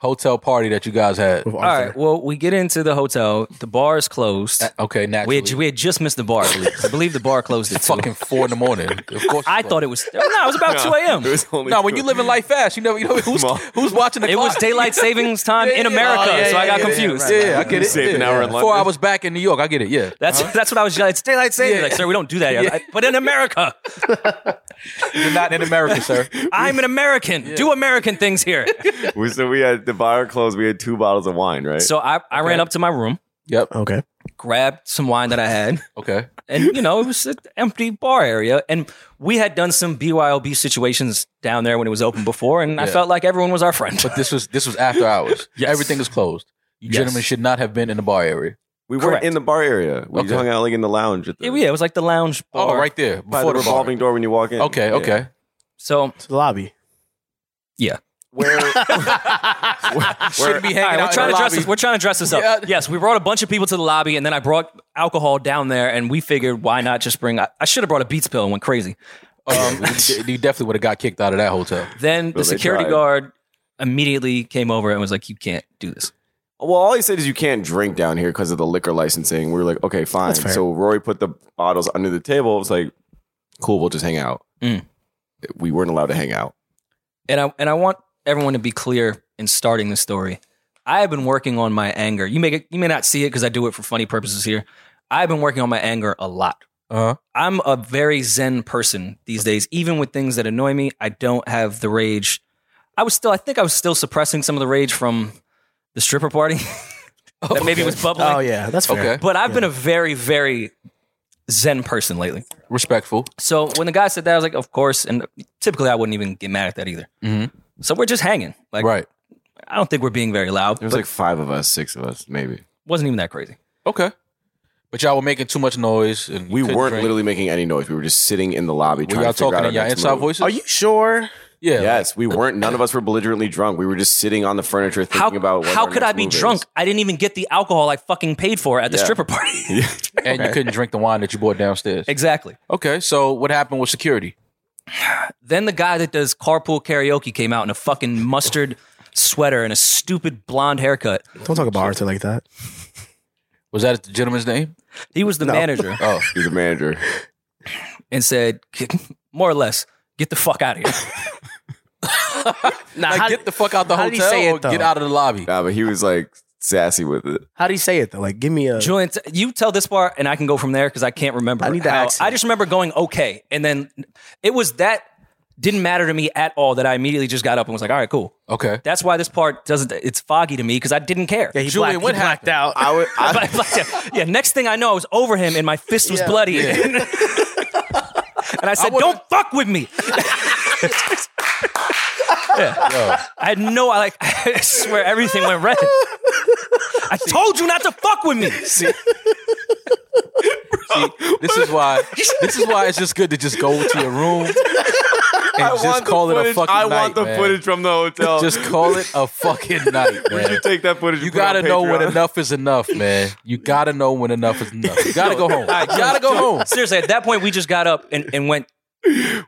hotel party that you guys had.
All
All right. Well, we get into the hotel. The bar is closed.
Uh, Okay,
we
naturally.
had, we had just missed the bar. I believe, I believe the bar closed at two.
fucking four in the morning. Of course.
I thought it was no, it was about two a.m.
It was only
No, when
two-
you live in life fast, you never you know who's
Come on.
who's watching the
It
clock.
was daylight savings time
Yeah,
in
yeah, Oh,
America,
yeah,
so I
yeah,
got
yeah,
confused.
Yeah, I get it.
Saved an
yeah.
hour in
Four
London.
hours back in New York. I get it. Yeah.
That's that's what I was. yelling. It's daylight savings.
Yeah.
Like, sir, we don't do that. here.
Yeah.
Like, but in America,
You're not in America, sir.
I'm an American. Do American things here.
We- so we had the bar closed. We had two bottles of wine, right?
So I, I ran up to my room,
Yep.
Okay.
grabbed some wine that I had,
Okay.
and you know it was an empty bar area, and we had done some BYOB situations down there when it was open before, and I
Yeah.
felt like everyone was our friend.
But this was this was after hours.
Yes.
Everything is closed. You
Yes.
gentlemen should not have been in the bar area.
we weren't
correct.
in the bar area. We
Okay.
hung out like in the lounge. At the,
Yeah, yeah, it was like the lounge
Oh,
bar.
right there
by
before
the
the, bar.
revolving door when you walk in.
Okay.
Yeah.
Okay.
So
To the lobby.
Where,
Shouldn't be hanging
All right,
out
we're trying
in
to
the
dress
lobby.
this. We're trying to dress this up.
Yeah.
Yes, we brought a bunch of people to the lobby, and then I brought alcohol down there, and we figured why not just bring. I, I should have brought a Beats pill and went crazy.
Um, you de- you definitely would have got kicked out of that hotel.
Then
Well,
the
they
security
tried.
guard immediately came over and was like, "You can't do this."
well, all he said is you can't drink down here because of the liquor licensing. We were like, okay, fine.
fair.
So Rory put the bottles under the table. It was like, cool, we'll just hang out.
Mm.
We weren't allowed to hang out.
And I and I want everyone to be clear in starting this story. I have been working on my anger. You may get- you may not see it because I do it for funny purposes here. I've been working on my anger a lot.
Uh-huh.
I'm a very zen person these days. Even with things that annoy me, I don't have the rage. I was still, I think I was still suppressing some of the rage from the stripper party that maybe was bubbling.
Oh yeah, that's fair.
Okay.
But I've been a very, very zen person lately.
Respectful.
So when the guy said that, I was like, of course. And typically I wouldn't even get mad at that either.
Mhm.
Mm-hmm.
So we're just hanging. Like,
Right.
I don't think we're being very loud.
There was like five of us, six of us, maybe.
wasn't even that crazy.
Okay. But y'all were making too much noise, and you
We
couldn't
weren't
drink.
literally making any noise. We were just sitting in the lobby
Were
trying
y'all
to figure
talking
out
in y'all
our next
inside
move.
voices?
Are you sure?
Yeah.
Yes, we weren't. None of us were belligerently drunk. We were just sitting on the furniture thinking
How,
about what
how
our
could
next
I be
move is.
drunk? I didn't even get the alcohol I fucking paid for at the
Yeah.
stripper party.
And you couldn't drink the wine that you bought downstairs.
exactly.
Okay. So what happened with security?
Then the guy that does carpool karaoke came out in a fucking mustard sweater and a stupid blonde haircut.
Don't talk about Arthur like that.
Was that the gentleman's name?
He was the manager
Oh.
He's a manager.
and said, more or less, get the fuck out of here.
Nah,
Like,
how,
get the fuck out the
how did he
hotel
say it,
or get
though?
out of the lobby.
Nah, but he was like sassy with it.
how do you say it though? Like, give me a.
Julian, t- you tell this part and I can go from there because I can't remember.
I need the
how-
accent.
I just remember going, okay. And then it was that didn't matter to me at all that I immediately just got up and was like, all right, cool.
Okay.
That's why this part doesn't, it's foggy to me because I didn't care.
yeah, he
Julian,
blacked,
what
he blacked out.
I would. I,
yeah, yeah, next thing I know, I was over him and my fist was bloody. and I said,
would've-
"Don't fuck with me." Yeah. I had no, I like, I swear everything went red. I told you not to fuck with me.
See, this is why. This is why it's just good to just go to your room and just call it a fucking
I
night.
want the
man.
footage from the hotel.
Just call it a fucking night, man.
you take that footage.
You gotta know when enough is enough, man. You gotta know when enough is enough. You gotta go home. You gotta go home.
Seriously, at that point, we just got up and, and went.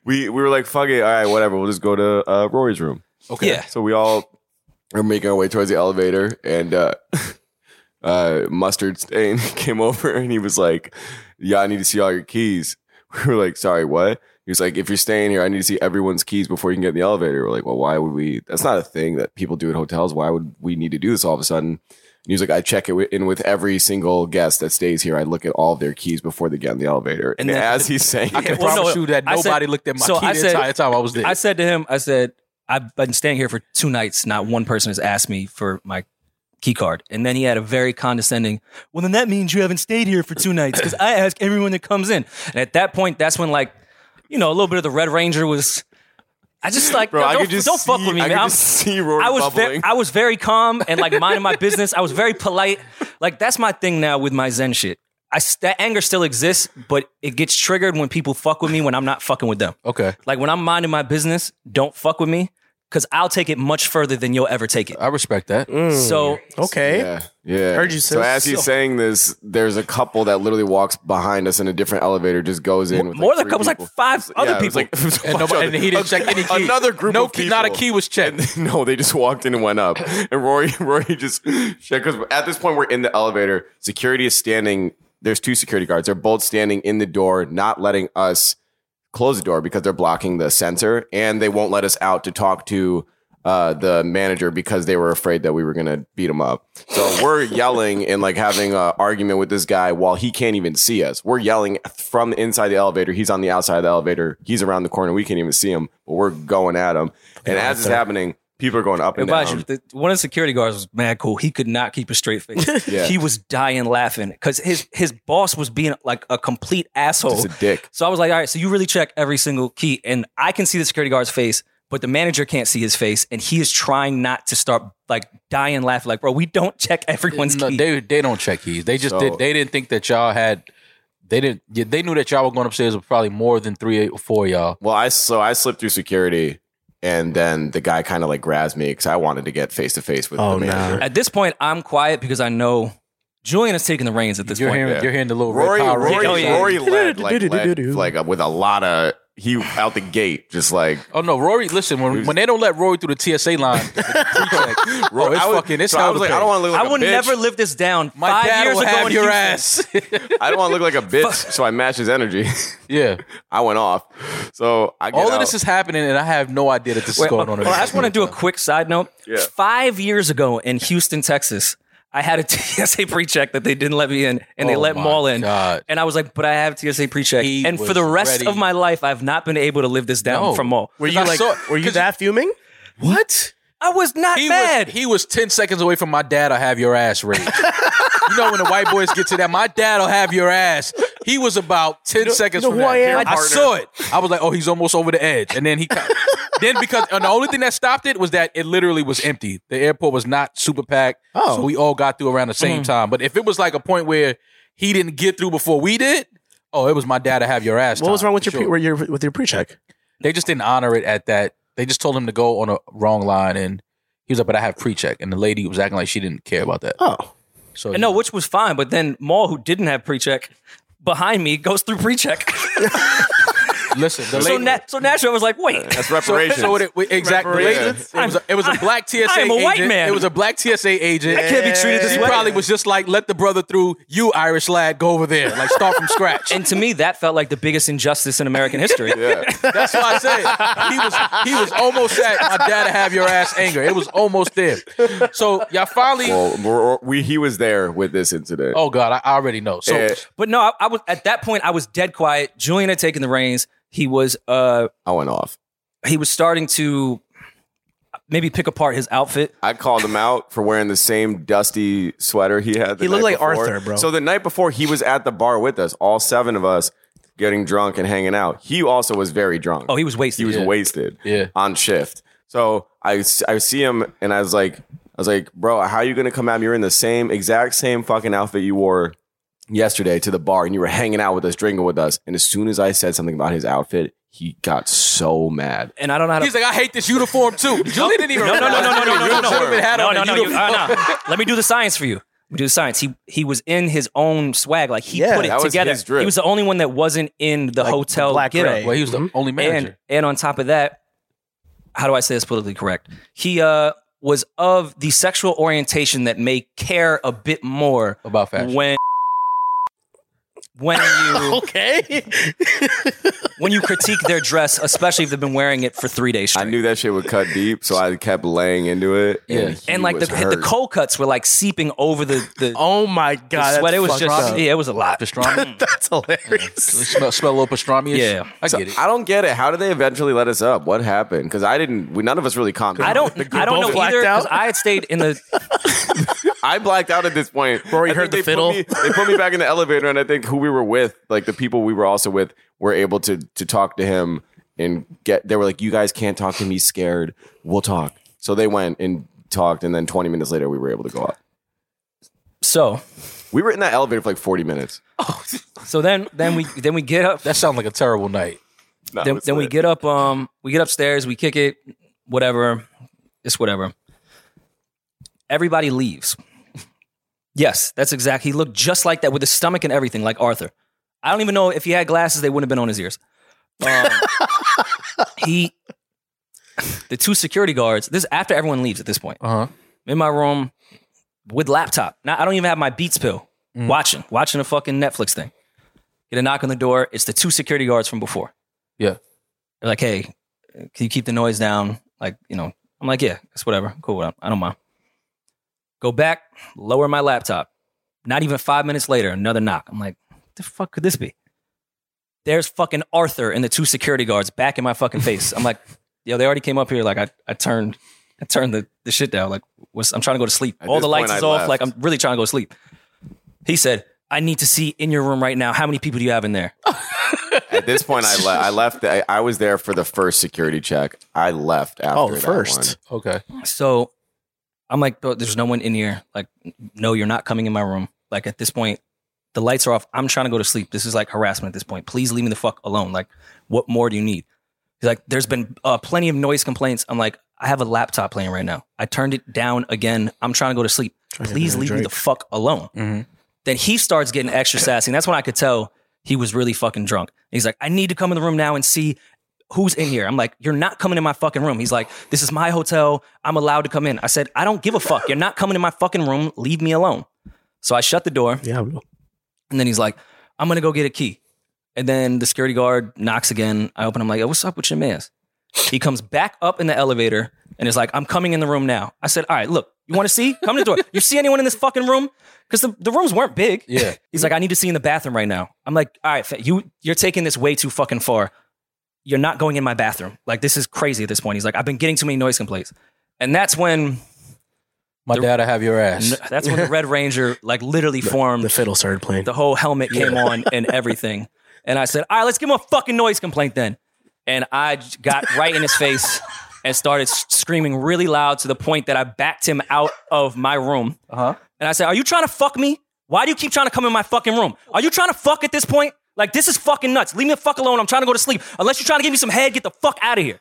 We we were like, fuck it, all right, whatever. We'll just go to uh, Rory's room.
Okay.
Yeah.
So we all are making our way towards the elevator, and uh, uh, Mustard Stain came over and he was like, Yeah, I need to see all your keys. We were like, Sorry, what? He was like, If you're staying here, I need to see everyone's keys before you can get in the elevator. We're like, Well, why would we? That's not a thing that people do at hotels. Why would we need to do this all of a sudden? And he was like, I check it wi- in with every single guest that stays here. I look at all of their keys before they get in the elevator. And,
And then-
as he's saying,
I can
it,
Well, no,
promise you that
I said-
nobody looked at my
so
key
I
the
said-
entire time I was there.
I said to him, I said, I've been staying here for two nights. Not one person has asked me for my key card. And then he had a very condescending, well, then that means you haven't stayed here for two nights because I ask everyone that comes in. And at that point, that's when, like, you know, a little bit of the Red Ranger was. I just like,
bro,
no,
I
don't,
could just
don't
see,
fuck with me,
I
man.
could
I'm-
just see Rory
I was
bubbling.
very, I was very calm and like minding my business. I was very polite. Like that's my thing now with my Zen shit. I s- that anger still exists, but it gets triggered when people fuck with me when I'm not fucking with them.
okay.
Like when I'm minding my business, don't fuck with me because I'll take it much further than you'll ever take it.
I respect that.
So
Okay.
Yeah, yeah.
Heard you,
So
sis.
as he's
So-
saying this, there's a couple that literally walks behind us in a different elevator, just goes in. With
more
like
than a couple, it's like five other people.
And, nobody, and he didn't check any key.
Another group
no
of
key,
people.
Not a key was checked.
And- no, they just walked in and went up. And Rory, Rory just checked because at this point we're in the elevator. Security is standing. There's two security guards. They're both standing in the door, not letting us close the door because they're blocking the sensor, and they won't let us out to talk to uh, the manager because they were afraid that we were gonna beat him up. So we're yelling and like having an argument with this guy while he can't even see us. We're yelling from inside the elevator. He's on the outside of the elevator. He's around the corner. We can't even see him, but we're going at him. And as it's happening, people are going up and
Advise you,
down.
the, one of the security guards was mad cool. He could not keep a straight face.
Yeah.
He was dying laughing because his his boss was being like a complete asshole.
Just a dick.
So I was like, all right, so you really check every single key, and I can see the security guard's face, but the manager can't see his face, and he is trying not to start like dying laughing. Like, bro, we don't check everyone's
No,
key.
they they don't check keys. They just
So-
did. They didn't think that y'all had. They didn't. yeah, They knew that y'all were going upstairs with probably more than three or four of y'all.
Well, I so I slipped through security, and then the guy kind of like grabs me because I wanted to get face to face with
Oh,
the
nah.
manager.
At this point, I'm quiet because I know Julian is taking the reins at this
You're
point.
hearing.
yeah.
You're hearing the little
Rory,
red power.
Rory,
Ranger
Oh, yeah.
Rory led like, led,
Do-do-do-do-do-do.
like uh, with a lot of he out the gate, just like
Oh no, Rory! Listen, when, when they don't let Rory through the TSA line, Rory, it's
I was-
fucking. It's
so I
hell
was
to
like,
pay.
I don't want to look. Like
I would
a bitch.
never live this down.
My
Five
dad
years
will
ago
have
in
your
Houston.
ass.
I don't want to look like a bitch, so I match his energy.
yeah,
I went off. So I get
all of
out.
this is happening, and I have no idea that this
Wait,
is going
uh,
on.
well, I just want to do a quick side note.
Yeah.
Five years ago in Houston, Texas, I had a TSA pre-check that they didn't let me in, and they
Oh
let
my
Maul in,
God.
and I was like, "But I have TSA pre-check,"
He
and for
was
the rest
ready.
of my life, I've not been able to live this down
No.
from Maul.
Were
'Cause
you
I
like?
saw-
were you
'cause-
that fuming? What?
I was not
he
mad.
was, he was 10 seconds away from my dad, I'll have your ass rage. you know, when the white boys get to that, my dad will have your ass. He was about 10 seconds
know
from
who
that.
I am,
I saw it. I was like, oh, he's almost over the edge. And then he, ca- then because, and the only thing that stopped it was that it literally was empty. The airport was not super packed.
Oh.
So we all got through around the same
Mm-hmm.
time. But if it was like a point where he didn't get through before we did, oh, it was my dad to have your ass.
What was
time,
wrong with
for
your, pre-
sure.
with your with your pre-check?
They just didn't honor it at that. They just told him to go on a wrong line and. He was like, but I have pre-check, and the lady was acting like she didn't care about that.
Oh,
So
And no, which was fine. But then Maul, who didn't have pre-check, behind me goes through pre-check.
listen, the
so,
lady.
na- so naturally, I was like, "Wait,
that's
so,
reparations.
so what it, what- exactly. the lady-
Reparations.
It was, a, it was a black TSA
I am a white
agent.
man.
It was a black TSA agent.
I can't be treated this
she
way."
probably was just like, let the brother through. You Irish lad, go over there. Like start from scratch.
And to me, that felt like the biggest injustice in American history.
yeah.
That's why I said he was he was almost at my dad to have your ass anger. It was almost there. So y'all finally.
Well, we're- we he was there with this incident.
Oh God, I, I already know. So
Eh,
But no, I, I was at that point. I was dead quiet. Julian had taken the reins. He was uh
I went off.
he was starting to maybe pick apart his outfit.
I called him out for wearing the same dusty sweater he had. The
He looked
night
like
before.
Arthur, bro.
So the night before, he was at the bar with us, all seven of us, getting drunk and hanging out. He also was very drunk.
Oh, he was wasted.
he was
Yeah.
wasted.
Yeah.
on shift. So I I see him and I was like I was like, bro, how are you gonna come at me? You're in the same exact same fucking outfit you wore yesterday to the bar and you were hanging out with us, drinking with us. And as soon as I said something about his outfit, he got so mad.
And I don't know how to.
He's like, I hate this uniform too. Julie didn't even.
no, no, no, no, no, no, no, no, no,
Gentleman had
no,
on
no,
a
no, you-
uniform.
uh, nah. Let me do the science for you. Let me do the science. He he was in his own swag, like he
Yeah,
put
that
it
was
together.
his drip.
He was the only one that wasn't in the
Like
hotel
the black
getup.
gray.
Well, he was the only manager.
And and on top of that, how do I say this politically correct? He uh was of the sexual orientation that may care a bit more
About fashion.
when when you
Okay.
when you critique their dress, especially if they've been wearing it for three days
I
straight.
knew that shit would cut deep, so I kept laying into it.
Yeah.
he
and like the
was hurt.
the cold cuts were like seeping over the the,
oh my
the
god.
sweat.
that's
It was
fucked
just
up.
yeah, it was a lot.
pastrami.
That's
It
hilarious.
smell, smell a little pastrami.
Yeah.
I
So,
get it.
I don't get it. How did they eventually let us up? What happened? Because I didn't. We, none of us really commented.
I don't. I don't
both
know
blacked
either because
out?
I had stayed in the.
I blacked out at this point.
Rory
I think
heard the
they put
fiddle.
me- they put me back in the elevator, and I think who we were with, like the people we were also with, were able to to talk to him and get. They were like, "You guys can't talk to him. He's scared. We'll talk." So they went and talked, and then 20 minutes later, we were able to go up.
So
We were in that elevator for like 40 minutes.
so then then we then we get up.
That sounds like a terrible night.
No,
then,
it's
then we
lit.
get up um we get upstairs we kick it whatever it's whatever everybody leaves yes that's exact he looked just like that with his stomach and everything like arthur i don't even know if he had glasses they wouldn't have been on his ears um, he the two security guards this is after everyone leaves at this point
Uh huh.
in my room with laptop. Now I don't even have my Beats pill. Watching, watching a fucking Netflix thing. Get a knock on the door. It's the two security guards from before.
Yeah.
They're like, "Hey, can you keep the noise down?" Like, you know, I'm like, "Yeah, it's whatever. Cool. I I don't mind." Go back, lower my laptop. Not even five minutes later, another knock. I'm like, "The fuck could this be?" There's fucking Arthur and the two security guards back in my fucking face. I'm like, "Yo, they already came up here." Like, I, I turned, I turned the, the shit down. Like, what's, I'm trying to go to sleep.
At
All
this
the lights
point,
is
I
off.
left.
Like, I'm really trying to go to sleep. He said, "I need to see in your room right now. How many people do you have in there?"
At this point, I, le- I left. I, I was there for the first security check. I left after
Oh,
that
first.
one.
Okay.
So I'm like, "Bro, there's no one in here. Like, no, you're not coming in my room. Like at this point, the lights are off. I'm trying to go to sleep. This is like harassment at this point. Please leave me the fuck alone. Like, what more do you need? He's like, there's been uh, plenty of noise complaints. I'm like, I have a laptop playing right now. I turned it down again. I'm trying to go to sleep.
to
Please
get Mm-hmm. a
leave me the
drink.
fuck alone. Then he starts getting extra sassy. And that's when I could tell he was really fucking drunk. He's like, I need to come in the room now and see who's in here. I'm like, you're not coming in my fucking room. He's like, this is my hotel. I'm allowed to come in. I said, I don't give a fuck. You're not coming in my fucking room. Leave me alone. So I shut the door.
Yeah. bro.
And then he's like, I'm gonna go get a key. And then the security guard knocks again. I open, I'm like, yo, what's up with your mans? He comes back up in the elevator and is like, I'm coming in the room now. I said, All right, look, you wanna see? Come to the door. You see anyone in this fucking room? Because the, the rooms weren't big.
Yeah.
He's like, I need to see you in the bathroom right now. I'm like, all right, fa- you you're taking this way too fucking far. You're not going in my bathroom. Like this is crazy at this point. He's like, I've been getting too many noise complaints, and that's when
My dad'll have your ass.
that's when the Red Ranger like literally formed
The fiddle started playing.
the whole helmet came on and everything. And I said, all right, let's give him a fucking noise complaint then. And I j- got right in his face and started s- screaming really loud to the point that I backed him out of my room. Uh-huh. And I said, are you trying to fuck me? Why do you keep trying to come in my fucking room? Are you trying to fuck at this point? Like, this is fucking nuts. Leave me the fuck alone. I'm trying to go to sleep. Unless you're trying to give me some head, get the fuck out of here.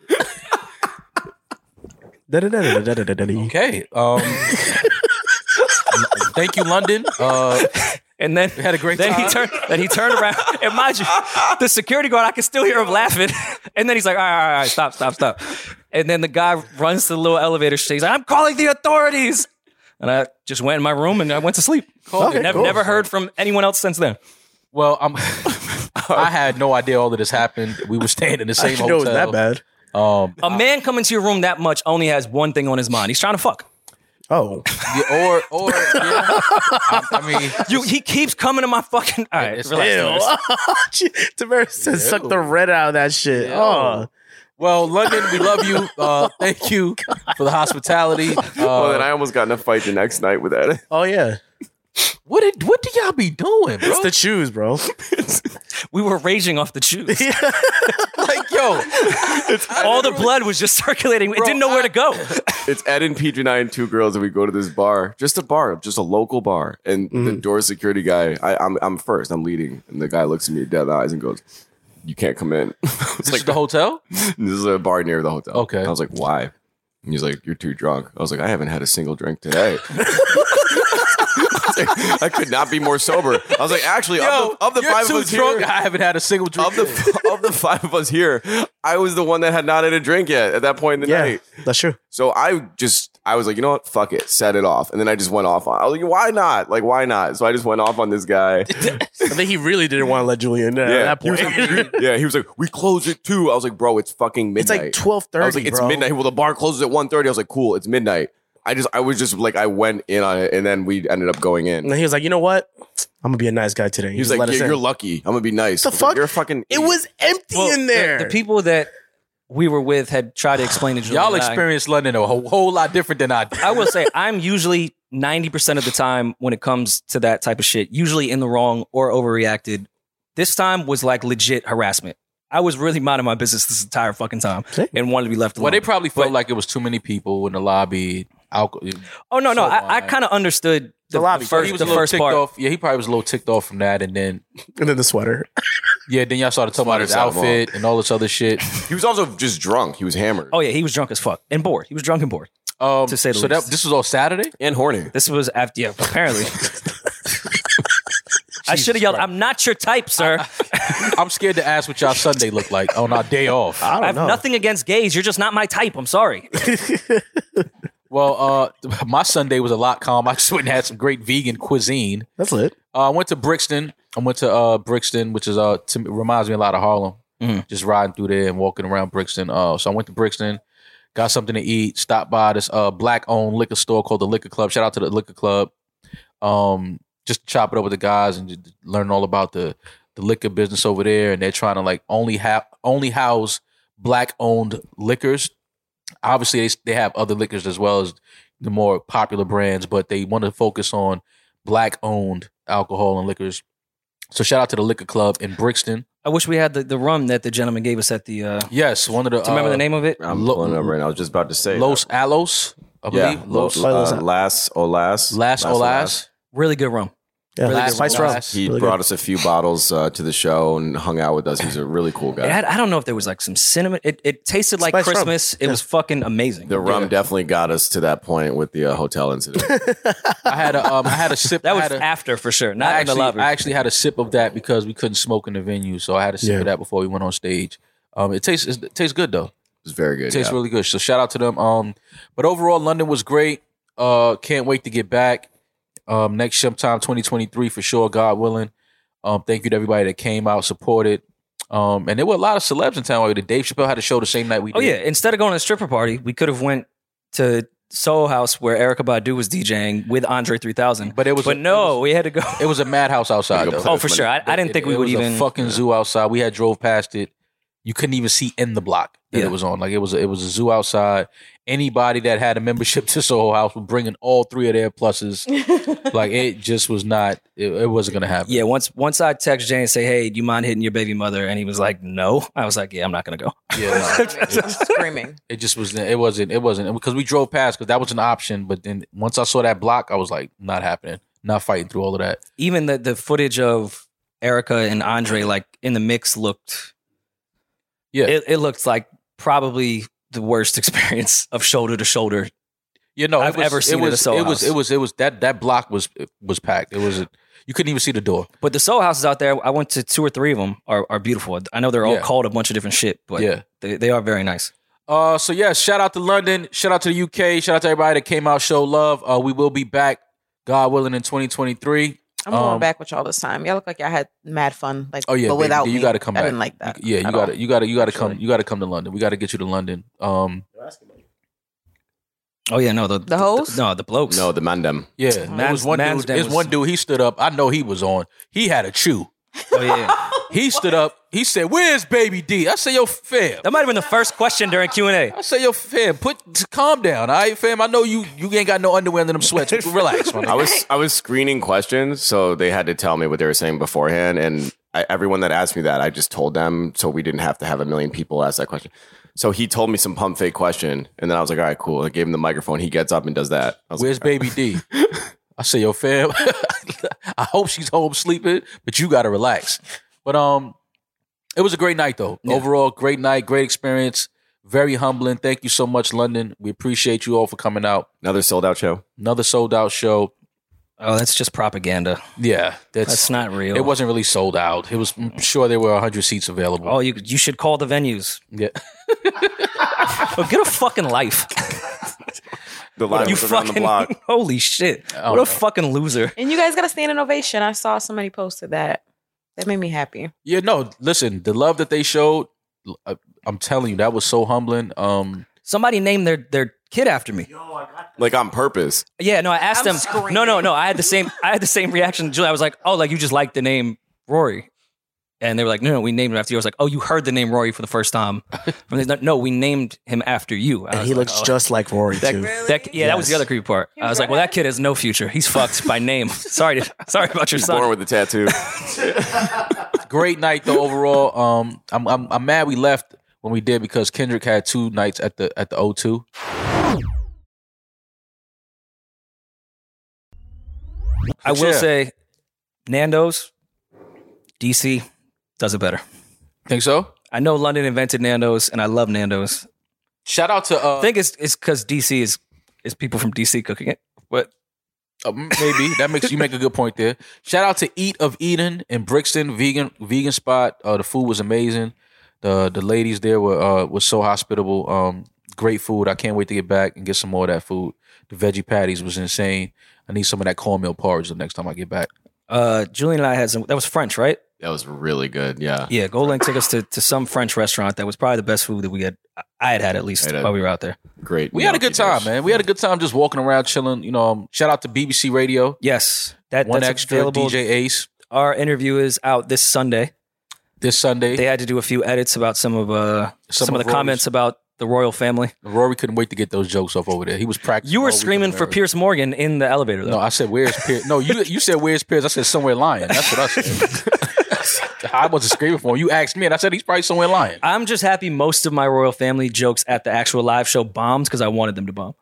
Da-da-da-da-da-da-da-da.
Okay. Um, thank you, London. Uh,
And then
had a great
then
time.
he turned then he turned around and mind you, the security guard I could still hear him laughing. And then he's like, all right, all right, all right, stop, stop, stop. And then the guy runs to the little elevator. He's like, I'm calling the authorities. And I just went in my room and I went to sleep.
Okay,
never,
cool.
never heard from anyone else since then.
well, I'm. I had no idea all of this happened. We were staying in the
I
same
didn't know
hotel.
it was that bad.
Um,
A man coming to your room that much only has one thing on his mind. He's trying to fuck.
Oh,
yeah, or or yeah, I, I mean,
You, he keeps coming to my fucking. All right,
It's-
relax.
ew.
relax.
Tamara said, "Suck the red out of that shit." Oh,
well, London, we love you. Uh, thank you for the hospitality. Uh,
Well, then I almost got in a fight the next night with that.
oh yeah.
what did what do y'all be doing, bro?
It's the shoes, bro.
We were raging off the shoes.
like, yo,
All the blood was just circulating. It didn't know where to go.
It's Ed and PG9, and two girls, and we go to this bar, just a bar, just a local bar. And the door security guy, I, I'm, I'm first, I'm leading. And the guy looks at me dead in the eyes and goes, You can't come in. I was
this
like,
is the hotel.
This is a bar near the hotel.
Okay.
I was like, Why? And he's like, You're too drunk. I was like, I haven't had a single drink today. I was like, I could not be more sober. I was like, actually, of the, of the
you're
five
too
of us
drunk.
here,
I haven't had a single drink.
of the of the five of us here, I was the one that had not had a drink yet at that point in the
Yeah,
night.
that's true.
So I just I was like, you know what? Fuck it, set it off. And then I just went off on. I was like, why not? Like, why not? So I just went off on this guy.
I think he really didn't want to let Julian in at
Yeah.
that point.
yeah, he was like, we close at two. I was like, bro, it's fucking
it's
midnight.
like twelve
I
thirty.
was like, it's midnight. Well, the bar closes at 1.30. I was like, cool, it's midnight. I just I was just like I went in on it, and then we ended up going in.
And then he was like, you know what? I'm gonna be a nice guy today.
He was
just
like,
let us
yeah,
in.
you're lucky. I'm gonna be nice. I
the
was like,
fuck?
You're a fucking.
It was empty
Well,
in
the-
there.
The, people that we were with had tried to explain to Julian.
y'all
and I-
experience London a whole, whole lot different than I did.
I will say I'm usually 90% of the time when it comes to that type of shit, usually in the wrong or overreacted. This time was like legit harassment. I was really minding my business this entire fucking time
Same.
and wanted to be left alone.
Well, they probably felt
But-
like it was too many people in the lobby. Alcohol.
oh, no, no.
so
I, I
wide.
kind of understood the,
The lobby.
the first,
he was
the
a little
first
ticked
part.
off. Yeah, he probably was a little ticked off from that, and then
and then the sweater.
yeah, then y'all started talking about his
Smartest out of all.
outfit and all this other shit.
He was also just drunk. He was hammered
Oh, yeah. He was drunk as fuck and bored. He was drunk and bored.
Um,
To say the
so that
least.
this was all Saturday.
and horny.
This was after, yeah, apparently. I should have yelled, I'm not your type, sir.
I'm scared to ask what y'all Sunday looked like on our day off.
I don't
I have
know.
nothing against gays. You're just not my type. I'm sorry.
Well, uh, my Sunday was a lot calm. I just went and had some great vegan cuisine.
That's lit.
Uh, I went to Brixton. I went to uh, Brixton, which is uh, to, reminds me a lot of Harlem.
Mhm.
Just riding through there and walking around Brixton. Uh, so I went to Brixton, got something to eat. Stopped by this uh, black-owned liquor store called the Liquor Club. Shout out to the Liquor Club. Um, just to chop it up with the guys and just learn all about the the liquor business over there. And they're trying to like only have only house black-owned liquors. Obviously, they, s- they have other liquors as well as the more popular brands, but they want to focus on black-owned alcohol and liquors. So shout out to the Liquor Club in Brixton.
I wish we had the, the rum that the gentleman gave us at the. Uh, do
Yes, one of the.
you remember
uh,
the name of it?
I'm
Lo-
pulling up right now. I was just about to say
Los Alos, I
Yeah,
believe.
Lo-
Los
uh, Las Olas.
Las
oh,
Olas.
Really good rum.
Yeah,
Really
like
good
spice
one.
rum.
Last.
He
Really
brought
good.
us a few bottles uh, to the show and hung out with us. He's a really cool
It
guy.
had, I don't know if there was like some cinnamon. It, it tasted like
Spiced rum.
Christmas. It was fucking amazing.
The rum definitely got us to that point with the uh, hotel incident.
I had a. Um, I had a sip.
that
I
was
had a-
after for sure, not
I
in the
actually,
lobby.
I actually had a sip of that because we couldn't smoke in the venue, so I had a sip
Yeah.
of that before we went on stage. Um, it tastes it tastes good though.
It was very good.
It tastes
yeah.
really good. So shout out to them. Um, but overall, London was great. Uh, can't wait to get back. Um, next sometime 2023 for sure, God willing. Um, thank you to everybody that came out, supported. Um, and there were a lot of celebs in town. Like Dave Chappelle had a show the same night we
oh
did.
yeah, instead of going to a stripper party, we could have went to Soul House where Erica Badu was DJing with Andre 3000.
But it was-
but no, we had to go.
It was a madhouse outside though.
oh, for sure. I, I didn't
It-
think we
it
would
was
even.
a fucking zoo outside. We had drove past it. You couldn't even see in the block that
Yeah.
it was on. Like it was a, it was a zoo outside. Anybody that had a membership to Soho House was bringing all three of their pluses. like it just was not. It, it wasn't gonna happen.
yeah, once once I text Jay and say, "Hey, do you mind hitting your baby mother?" and he was like, "No," I was like, "Yeah, I'm not gonna go."
yeah. no.
I'm screaming.
It just was. It wasn't. It wasn't because we drove past because that was an option. But then once I saw that block, I was like, not happening. Not fighting through all of that.
Even the the footage of Erica and Andre like in the mix looked
Yeah.
it, it looked like probably the worst experience of shoulder to shoulder.
You know,
I've
it was,
ever seen
it
it at
was.
a Soho
it was.
House.
It was. It was. That that block was was packed. It was. You couldn't even see the door.
But the soul houses out there, I went to two or three of them are, are beautiful. I know they're all
Yeah.
called a bunch of different shit, but
Yeah.
they, they are very nice.
Uh, so yeah, shout out to London, shout out to the UK, shout out to everybody that came out, show love. Uh, we will be back, God willing, in 2023.
I'm going
Um,
back with y'all this time. Y'all look like y'all had mad fun. Like,
Oh yeah,
but
baby,
without
you
me.
got to come
I
back.
didn't like that.
Yeah, you
at
got
all.
to you got to you got to come.
actually.
You got to come to London. We got to get you to London. Um,
Oh yeah, no the the,
hoes?
no the blokes.
No, the mandem.
yeah, there
Man's-
was one
Man's
dude.
Den
There's
was-
one dude. He stood up. I know he was on. He had a chew.
oh yeah,
He stood up. He said, "Where's Baby D?" I said, "Yo, fam."
That might have been the first question during Q and
I
A.
said, "Yo, fam, put calm down, all right, fam. I know you you ain't got no underwear under them sweats. Relax, my nigga."
I was I was screening questions, so they had to tell me what they were saying beforehand, and I, everyone that asked me that, I just told them, so we didn't have to have a million people ask that question. So he told me some pump fake question, and then I was like, all right, cool. I gave him the microphone. He gets up and does that. I was
Where's
like,
Baby D? I say, yo, fam. I hope she's home sleeping, but you gotta relax. But um, it was a great night though. Overall, great night, great experience, very humbling. Thank you so much, London. We appreciate you all for coming out.
another sold out show?
Another sold out show.
Oh, that's just propaganda.
Yeah, that's,
That's not real.
It wasn't really sold out. It was. I'm sure there were hundred seats available.
Oh, you you should call the venues.
Yeah.
Oh, get a fucking life.
The line
you
was around the
fucking
block.
holy shit. What a
know.
fucking loser.
And you guys got a standing ovation. I saw somebody posted that. That made me happy.
Yeah, no, listen, the love that they showed, I- I'm telling you, that was so humbling. Um,
Somebody named their their kid after me.
Like on purpose.
Yeah, no, I asked
I'm
them.
screaming.
No, no, no. I had the same. I had the same reaction. Julie, I was like, "Oh, like you just liked the name Rory," and they were like, "No, no, we named him after you." I was like, "Oh, you heard the name Rory for the first time?" From the, no, we named him after you. I
And
was
he
like,
looks
"Oh."
just like Rory too.
That, yeah, that was the
Yes.
other creepy part. I was like, "Well, that kid has no future. He's fucked by name." sorry, to, sorry about your
Born
son.
with the tattoo.
great night though overall. Um, I'm, I'm I'm mad we left when we did because Kendrick had two nights at the at the O2.
I will
Yeah.
say, Nando's, DC does it better.
Think so?
I know London invented Nando's, and I love Nando's.
Shout out to uh,
I think it's it's because DC is is people from DC cooking it, but
uh, maybe that makes you make a good point there. Shout out to Eat of Eden in Brixton, vegan vegan spot. Uh, the food was amazing. The the ladies there were uh was so hospitable. Um, great food. I can't wait to get back and get some more of that food. The veggie patties was insane. I need some of that cornmeal porridge the next time I get back.
uh, Julian and I had some. That was French, right?
that was really good. Yeah.
Yeah, Golang took us to, to some French restaurant that was probably the best food that we had. I had had at least
Had a-
while we were out there.
Great.
We had a good
gnocchi
time,
dish.
man. We had a good time just walking around, chilling. You know, um, shout out to BBC Radio,
Yes, that
one
that's
extra
available.
DJ Ace
Our interview is out this Sunday.
this Sunday.
They had to do a few edits about some of uh some,
Some
of
of
the comments
Rory's.
about the royal family.
Rory couldn't wait to get those jokes off over there. He was practicing.
You
all
were
week in
screaming for
America.
Pierce Morgan in the elevator though.
No, I said where's Pierce? No, you you said where's Pierce? I said somewhere lying. That's what I said. I wasn't screaming for him. You asked me, and I said he's probably somewhere lying.
I'm just happy most of my royal family jokes at the actual live show bombed because I wanted them to bomb.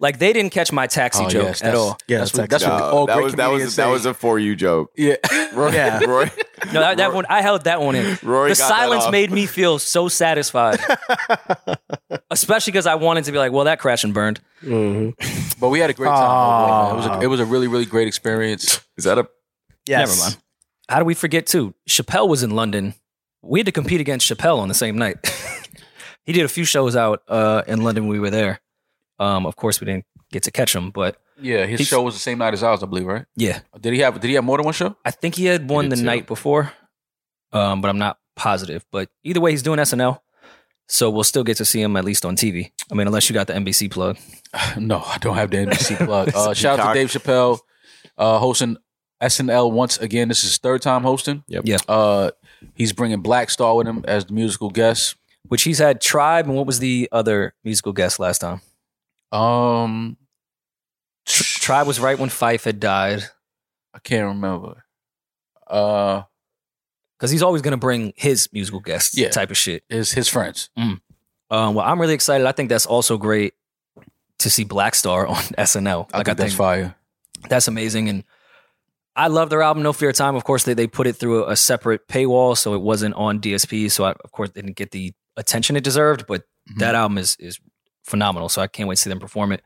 Like they didn't catch my taxi
Oh,
joke
yes,
at
that's-
all.
Yeah,
that's what, that's
that's
what
Uh,
all
that
great
was that was
comedians
that
say.
was a for you joke.
yeah.
Roy,
Yeah.
Roy,
No, that, that one I held that one in.
Rory
the
got that
silence
off.
made me feel so satisfied, especially because I wanted to be like, "Well, that crash and burned."
Mm-hmm.
But we had a great time. overall, man. It was a, it was a really really great experience.
is that a
Yes.
Never mind. How do we forget too? Chappelle was in London. We had to compete against Chappelle on the same night. he did a few shows out uh, in London when we were there. Um, of course, we didn't get to catch him, but
Yeah, his
He's-
show was the same night as ours, I believe. Right?
yeah,
Did he have Did he have more than one show?
I think he had one
did
the
too.
night before, um, but I'm not positive. But either way, he's doing SNL, so we'll still get to see him at least on TV. I mean, unless you got the NBC plug.
No, I don't have the NBC plug. Uh, shout out
Peacock.
to Dave Chappelle uh, hosting SNL once again. This is his third time hosting.
Yep.
Yeah.
Uh, he's bringing Black Star with him as the musical guest.
which he's had Tribe and what was the other musical guest last time?
Um,
Tr- Tribe was right when Fife had died
I can't remember. Uh,
because he's always going to bring his musical guests
Yeah.
type of shit.
is his friends?
Um, well, I'm really excited. I think that's also great to see Black Star on SNL.
I think that's fire.
that's amazing and i love their album no fear of time of course they, they put it through a, a separate paywall so it wasn't on dsp so i of course didn't get the attention it deserved but
Mhm.
that album is is phenomenal so i can't wait to see them perform it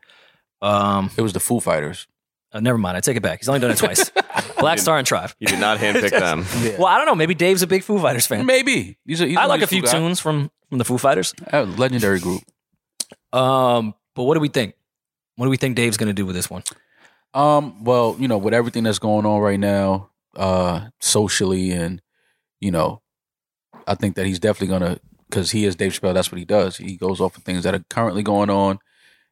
um
It was the Foo Fighters.
uh, never mind i take it back he's only done it twice black star and tribe
you did not handpick them.
well i don't know maybe dave's a big foo fighters fan
Maybe he's a, he's
i
one
like a
of these
few
Foo guys.
tunes from from the foo fighters
Uh, legendary group.
um but what do we think what do we think dave's gonna do with this one
Um, well, you know, with everything that's going on right now, uh, socially and you know, I think that he's definitely gonna because he is Dave Chappelle, that's what he does. He goes off of things that are currently going on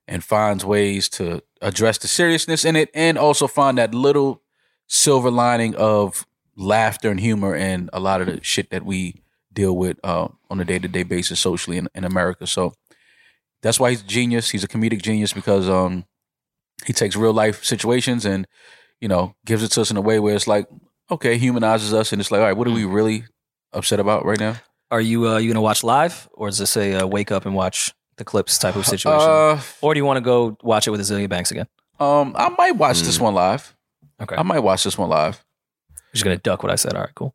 and finds ways to address the seriousness in it and also find that little silver lining of laughter and humor and a lot of the shit that we deal with uh, on a day to day basis socially in, in America. So that's why he's a genius. He's a comedic genius because um, he takes real life situations and you know gives it to us in a way where it's like okay humanizes us and it's like all right what are we really upset about right now
Are you uh, you gonna watch live, or is this a uh, wake up and watch the clips type of situation,
uh,
or do you want to go watch it with Azealia Banks again?
um i might watch this one live
Okay,
i
I'm
might watch this one live
just gonna duck what I said. All right, cool.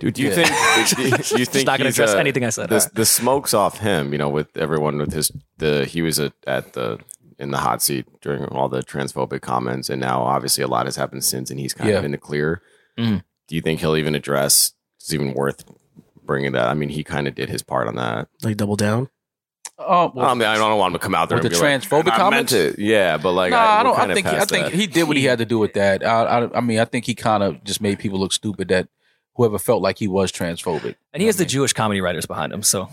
Dude, do you
Yeah.
think do you- do you think
just not gonna
he's,
address
uh,
anything I said.
the, the smoke's off him, you know, with everyone with his the he was at at the in the hot seat during all the transphobic comments, and now obviously a lot has happened since, and he's kind
Yeah.
of in the clear.
Mhm.
Do you think he'll even address? It's even worth bringing that. I mean, he kind of did his part on that.
Like double down.
oh well,
I mean, I don't want him to come out there
With
and
the
be like,
transphobic
"I meant
comments?"
it." Yeah, but like,
nah, I
we're
don't. I
kinda
think he, I
past
think
that.
he did what he had to do with that. I, I, I mean, I think he kind of just made people look stupid. That whoever felt like he was transphobic,
and he has the Jewish comedy writers behind him, so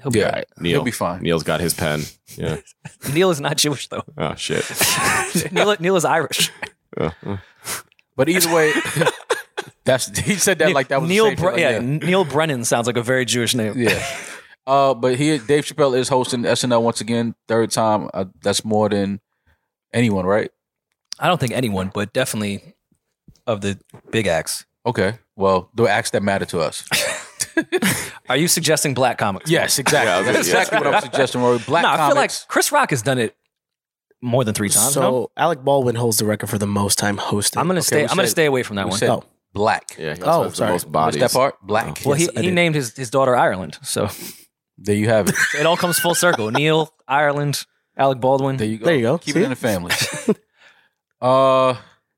he'll be
yeah,
all right.
he'll
Neil.
be fine.
Neil's got his pen. Yeah.
Neil is not Jewish though.
oh shit.
Neil, Neil is Irish.
Uh, uh.
But either way, that's he said that like that was the
Neil.
same thing,
Bre-
like,
yeah, Neil Brennan sounds like a very Jewish name.
yeah. Uh, but here, Dave Chappelle is hosting SNL once again, third time. Uh, that's more than anyone, right?
I don't think anyone, but definitely of the big acts.
Okay. Well, the acts that matter to us.
Are you suggesting black comics?
Yes, exactly.
Yeah, I was
that's
like, yeah.
exactly what I'm suggesting, Rory. Black
no, I feel like
comics.
Chris Rock has done it more than three times.
So
no?
Alec Baldwin holds the record for the most time hosting.
I'm gonna stay.
we
I'm gonna
said-
stay away from that
we
one.
said
Oh.
black.
Yeah. He
Oh,
also has
sorry.
The most
What's
bodies.
that part? Black.
well,
Yes, I
he, he
did.
named his, his daughter Ireland, so
There you have it.
it all comes full circle. Neil Ireland, Alec
There
Baldwin.
you go.
There you go.
Keep
See?
it in the family. uh,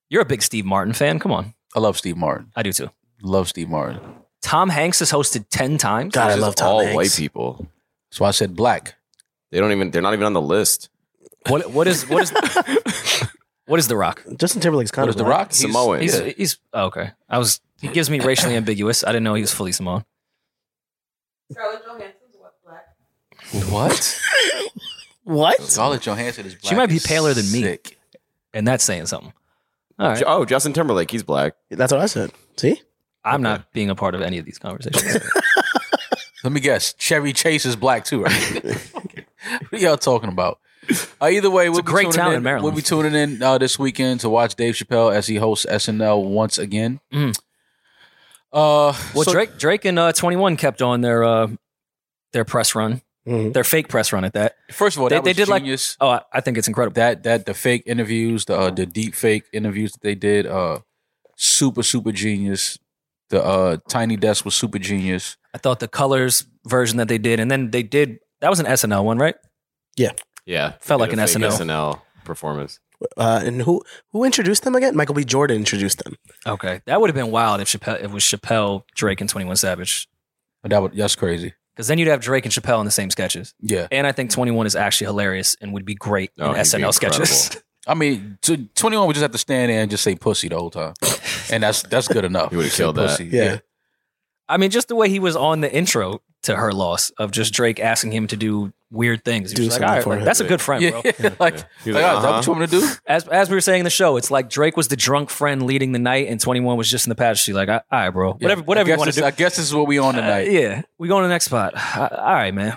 You're a big Steve Martin fan. Come on,
I love Steve Martin.
I do too.
Love Steve Martin.
Tom Hanks has hosted ten times.
God, I
This is
love Tom
all
Hanks.
white people.
So I said black.
They don't even. They're not even on the list.
What what is what is what is The Rock?
Justin Timberlake's kind
What
of
is The
black.
Rock? He's-
Samoan.
He's
yeah.
he's oh, okay. I was he gives me racially ambiguous. I didn't know he was fully Samoan.
Scarlett Johansson's what black?
What?
What?
Scarlett Johansson is black.
might be
as
paler than me.
sick.
and that's saying something. All right,
Ju- Oh, Justin Timberlake. He's black.
That's what I said. See,
I'm not being a part of any of these conversations.
Let me guess. Chevy Chase is black too, right? what y'all talking about? Uh, either way, we'll
a
be
great
tuning
town in
in-
Maryland.
We'll be tuning in uh, this weekend to watch Dave Chappelle as he hosts SNL once again.
Mm.
Uh,
well,
so-
Drake Drake and uh, 21 kept on their uh, their press run,
Mhm.
their fake press run at that.
First of all,
They-
that
they
was
did, like-
genius.
Oh, I, I think it's incredible.
that that the fake interviews, the uh, the deep fake interviews that they did, uh, super super genius. The uh, tiny desk was super genius.
I thought the colors version that they did, and then they did that was an SNL one, right?
Yeah,
Felt like
Did
an
a fake
SNL.
SNL performance.
uh, and who who introduced them again? Michael B. Jordan introduced them.
Okay, that would have been wild if Chappelle if it was Chappelle, Drake, and 21 Savage,
But that was that's crazy.
because then you'd have Drake and Chappelle in the same sketches.
Yeah,
And I think 21 is actually hilarious and would be great
Oh,
in
he'd be
SNL sketches.
I mean, to, twenty one would just have to stand there and just say pussy the whole time, and that's that's good enough.
He would've
Say
killed that.
pussy.
Yeah.
I mean, just the way he was on the intro to her loss of just Drake asking him to do weird things. He
Do
was like,
something
all right,
for
like,
her.
that's a good friend,
yeah,
bro.
yeah. like, like,
He was like,
oh, is that what
uh-huh.
you want me to do?
As as we were saying in the show, it's like Drake was the drunk friend leading the night, and Twenty One was just in the past. She's like, all right, bro, whatever,
Yeah.
whatever
I
you
guess
want to
this-
do.
I guess this is what we on
Uh,
tonight.
yeah, we go on to the next spot. All right, man.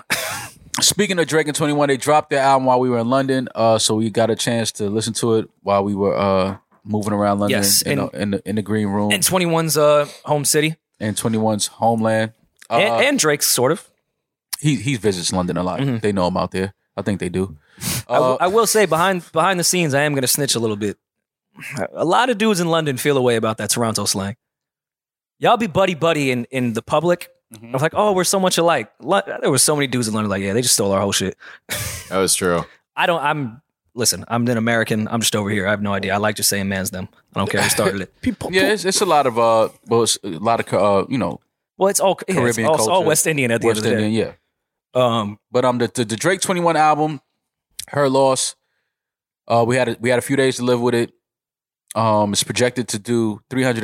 Speaking of Drake and 21, they dropped their album while we were in London. Uh, so we got a chance to listen to it while we were uh, moving around London
Yes,
in,
and-
the, in, the, in the green room
And
and,
Twenty One's uh, home city,
21's homeland. Uh,
and, and Drake's sort of.
he, he visits London a lot. They know him out there. I think they do. Uh,
I w- I will say behind behind the scenes, I am going to snitch a little bit. A lot of dudes in London feel a way about that Toronto slang. Y'all be buddy buddy in in the public. I
Mm-hmm.
was like, oh, we're so much alike. Lo- there were so many dudes in London like, yeah, they just stole our whole shit.
That was true.
I don't. I'm listen. I'm an American. I'm just over here. I have no idea. I like just saying man's them. I don't care who started it.
People.
Yeah, it's, it's a lot of, uh, well, it's a lot of, uh, you know,
Well, it's all yeah, it's
Caribbean
all, it's all
culture,
West Indian at the
West
end of the
Indian,
day.
yeah.
Um,
But um, the, the, the Drake 21 album, her loss. Uh, we had a, we had a few days to live with it. Um, it's projected to do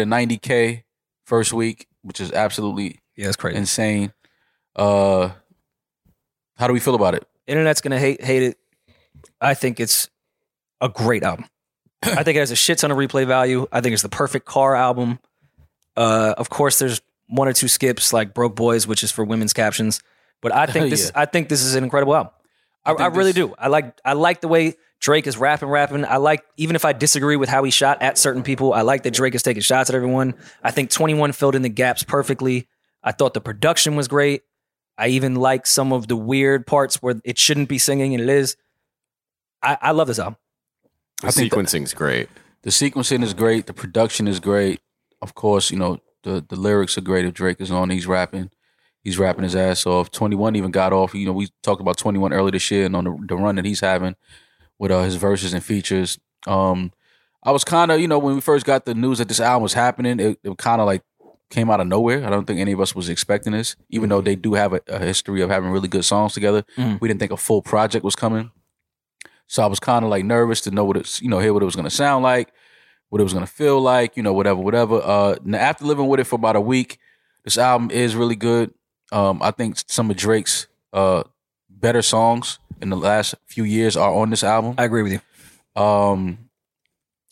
390k first week, which is absolutely
yeah, it's crazy.
insane. Uh, how do we feel about it?
Internet's gonna hate hate it. I think it's a great album. I think it has a shit ton of replay value. I think it's the perfect car album. Uh, of course, there's one or two skips like "Broke Boys," which is for women's captions. But I think this, I think this is an incredible album. I, I,
think
really
this-
do. I like, I like the way Drake is rapping, rapping. I like, even if I disagree with how he shot at certain people, I like that Drake is taking shots at everyone. I think Twenty One filled in the gaps perfectly. I thought the production was great. I even like some of the weird parts where it shouldn't be singing and it is. I, I love this album.
The
I think that-
sequencing's great.
The sequencing is great. The production is great. Of course, you know the the lyrics are great. If Drake is on, he's rapping. He's rapping his ass off. Twenty One even got off. You know, we talked about Twenty One earlier this year, and on the, the run that he's having with uh, his verses and features. Um, I was kind of, you know, when we first got the news that this album was happening, it, it kind of like came out of nowhere. I don't think any of us was expecting this, even though they do have a, a history of having really good songs together.
Mhm.
We didn't think a full project was coming, so I was kind of like nervous to know what it's, you know, hear what it was going to sound like, what it was going to feel like, you know, whatever, whatever. Uh, now after living with it for about a week, this album is really good. Um, I think some of Drake's uh better songs in the last few years are on this album.
I agree with you.
Um,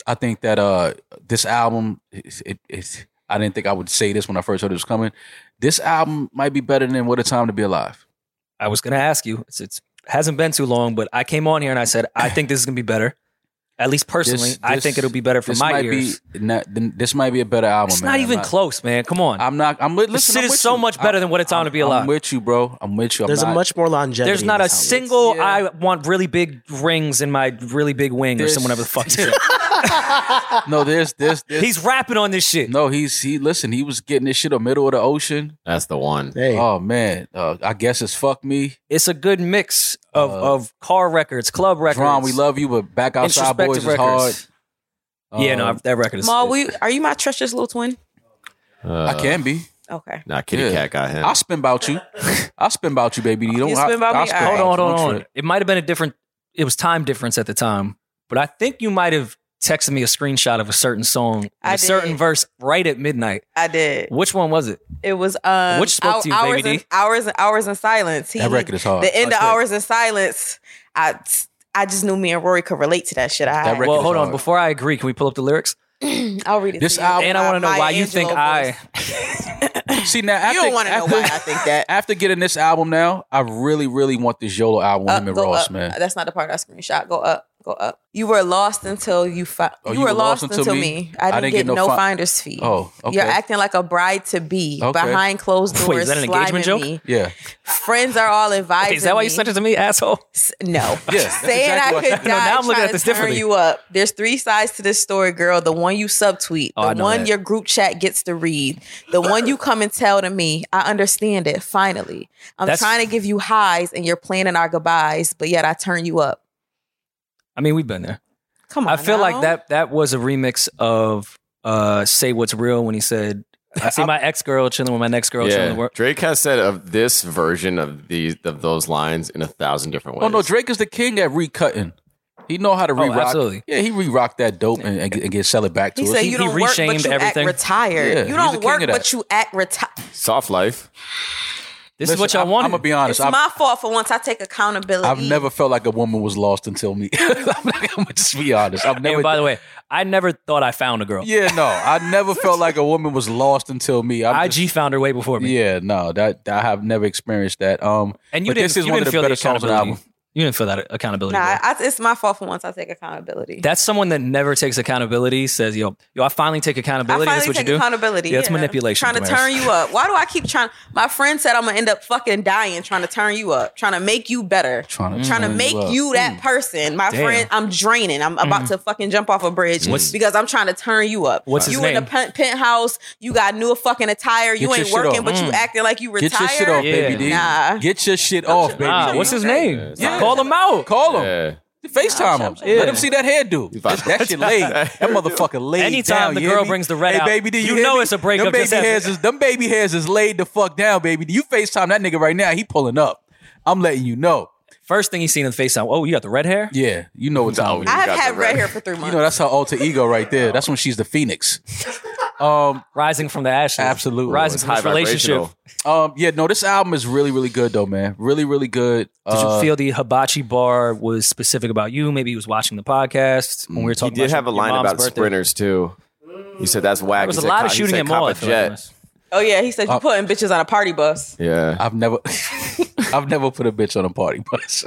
I think that uh, this album, it, it, it's- I didn't think I would say this when I first heard it was coming. This album might be better than "What a Time to Be Alive."
I was gonna ask you. It's, it's hasn't been too long, but I came on here and I said I think this is gonna be better. At least personally,
This-
I
this-
think it'll be better for
this
my
might
ears.
be not, this might be a better album.
it's
man.
not
I'm
even close, man. Come on.
I'm not. I'm listening.
shit is so much better than What a Time to Be Alive.
I'm with you, bro. I'm with you. I'm
There's a
not-
much more longevity.
There's
in
not a
this album.
single.
Yeah.
I want really big rings in my really big wing or
There's-
someone ever the fuck. he said.
No, there's this.
He's rapping on this shit.
no. He's he. Listen, he was getting this shit the middle of the ocean.
That's the one.
Hey,
Oh man, uh, I guess it's fuck me,
It's a good mix of
Uh,
of car records, club records,
Dron. We love you, but back outside
introspective
boys is hard.
records. yeah, no,
Um,
that record is.
Ma, we are you my treacherous little twin?
Uh,
I can be.
Okay.
Nah, Kitty
Yeah.
Cat got him.
I'll spin about you. I'll spin about you, baby. You don't
You
have
spin about me?
I'll spin
All right.
hold on,
about you.
hold on,
Don't
hold on.
trip.
It might have been a different. It was time difference at the time, but I think you might have texted me a screenshot of a certain song, and
I
a certain
did.
verse right at midnight.
I did.
Which one was it?
It was um
Which spoke to you, Baby
hours
D?
and hours and hours in silence. He,
That record is hard.
The end
That's
of
right.
hours in silence. I I just knew me and Rory could relate to that shit. I
That record
Well,
is
hold on.
hard.
Before I agree, can we pull up the lyrics?
I'll read it.
This
to you.
album-
And I want to know
Maya
why you
Angelou
think
voice.
I.
See now, after,
You don't want to know
after,
why I think that.
after getting this album now, I really, really want this YOLO album with
Up,
him and
Uh, go
Ross,
up.
man.
That's not the part I screenshot. Go up. Go up. You were lost until you fi-
Oh,
you, were lost, until me. I, didn't get, no
fi-
finder's fee.
Oh, okay.
You're acting like a bride to be
Okay.
behind closed doors.
Wait, is that an engagement
sliming
joke?
Me.
Yeah.
Friends are all advising.
Wait, is that why you
me.
sent it to me, asshole?
S- No.
Yeah, that's
Saying
exactly
I
what-
could
No,
die
now I'm looking
trying
at this
to turn
differently.
you up. There's three sides to this story, girl. The one you subtweet,
Oh, I
the
know
one
that.
your group chat gets to read, the one you come and tell to me. I understand it. Finally, I'm
That's-
trying to give you highs, and you're planning our goodbyes, but yet I turn you up.
I mean, we've been there.
Come on.
I feel like
now.
that that was a remix of uh, "Say What's Real" when he said, "I see my ex girl chilling with my next girl chilling."
yeah.
with-"
Drake has said of this version of these of those lines in a thousand different ways.
Oh no, Drake is the king at recutting. He know how to re-rock.
Oh, absolutely.
Yeah, he re-rocked that dope and, and, get- and get sell it back to
He
us.
said
He-
you
he
don't work,
reshamed
but you
everything.
act retired.
Yeah,
you
he's the
don't
king
work,
of that.
but you act retired.
Soft life.
This is what y'all
want.
wanted.
I'm gonna be honest.
It's
I've,
my fault for once I take accountability.
I've never felt like a woman was lost until me. I'm gonna just be honest. I've never.
and by the way, I never thought I found a girl.
yeah, no, I never felt like a woman was lost until me. I'm just-
IG found her way before me.
Yeah, no, that, that- I have never experienced that. Um,
And you
but
didn't,
this is
you
one of
didn't
the
feel
better
the
songs on the
accountability.
album.
You didn't feel that accountability.
Nah,
bro.
I, it's my fault for once I take accountability.
That's someone that never takes accountability. Says yo, yo, I finally take accountability.
I
That's
finally
what you
take
do.
accountability.
Yeah, it's manipulation,
Trying to
Damaris.
turn you up. Why do I keep trying? My friend said I'm gonna end up fucking dying trying to turn you up, trying to make you better,
Trying to
trying to
turn you
make
up. Mm.
you that person. My
Damn.
friend, I'm draining. I'm about to fucking jump off a bridge because I'm trying to turn you up.
What's
you
his
in
name?
the pen- penthouse? You got new fucking attire. you
your
ain't
shit off. Mm.
working, but you acting like you retired.
Get your shit off,
Yeah.
baby D.
Nah.
Get your shit off, baby
Ah,
D.
what's his name? Call him out.
Call him.
Yeah.
FaceTime him.
Yeah.
Let him see that hairdo.
Fuck.
That shit laid. That motherfucker laid
Anytime
down,
the
you hear
girl
me?
brings the red
hey,
out,
baby D,
you
hear
know
me?
it's a breakup
Them
just
baby hairs is them baby hairs is laid the fuck down, baby D. You FaceTime that nigga right now. He pulling up. I'm letting you know.
First thing he's seen in the FaceTime. Oh, you got the red hair.
Yeah, you know what time. it is.
I have
got
had
the
red
red.
hair for three months.
You know that's her alter ego right there. That's when she's the phoenix.
Rising from the ashes.
Absolutely.
Rising
It's
from this relationship.
vibrational.
Um, yeah, no, this album is really, really good though, man. Really, really good.
Did
Uh,
you feel the hibachi bar was specific about you? Maybe he was watching the podcast when we were
He
talking.
did
about
have a
your- your
line
mom's
about
birthday.
sprinters too. He said that's whack.
There was
He
a
said,
lot
"Cop-
of
he
shooting
said,
at
"Cop
mall.
a
I feel
jet."
like.
Oh yeah, he said you putting bitches on a party bus.
Yeah.
I've never, I've never put a bitch on a party bus.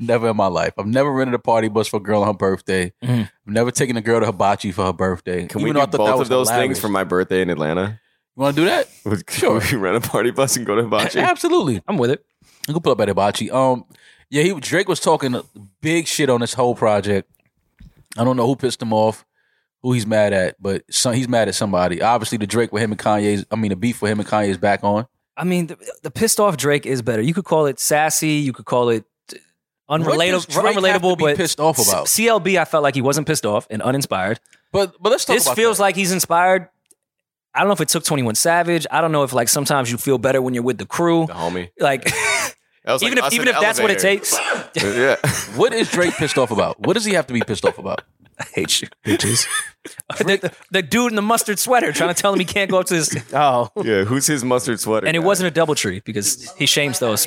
never in my life. I've never rented a party bus for a girl on her birthday. I've never taken a girl to hibachi for her birthday.
Mm-hmm. Can
Even
we
though I
do
thought that
both
was
of those
hilarious.
things for my birthday in Atlanta?
You want to do that? Sure.
Sure. Can we rent a party bus and go to hibachi?
Absolutely.
I'm with it.
You can pull up at hibachi. Um, yeah, he Drake was talking big shit on this whole project. I don't know who pissed him off, who he's mad at, but some, he's mad at somebody. Obviously, the Drake with him and Kanye's. I mean, the beef with him and Kanye's back on.
I mean, the, the pissed off Drake is better. You could call it sassy. You could call it
does
unrelatable.
Drake have to
Unrelatable,
be
but
pissed off about?
C- CLB, I felt like he wasn't pissed off and uninspired.
But but let's talk
this
about
feels
that.
like he's inspired. I don't know if it took Twenty One Savage. I don't know if like sometimes you feel better when you're with the crew.
The homie.
Like
That was like
even
us
if
in
even if
the
that's what it
elevator.
takes.
yeah.
What is Drake pissed off about? What does he have to be pissed off about?
I hate you.
Bitches.
the, the dude in the mustard sweater trying to tell him he can't go up to his.
Oh,
Yeah. Who's his mustard sweater?
And it
guy?
wasn't a double tree because he shames those.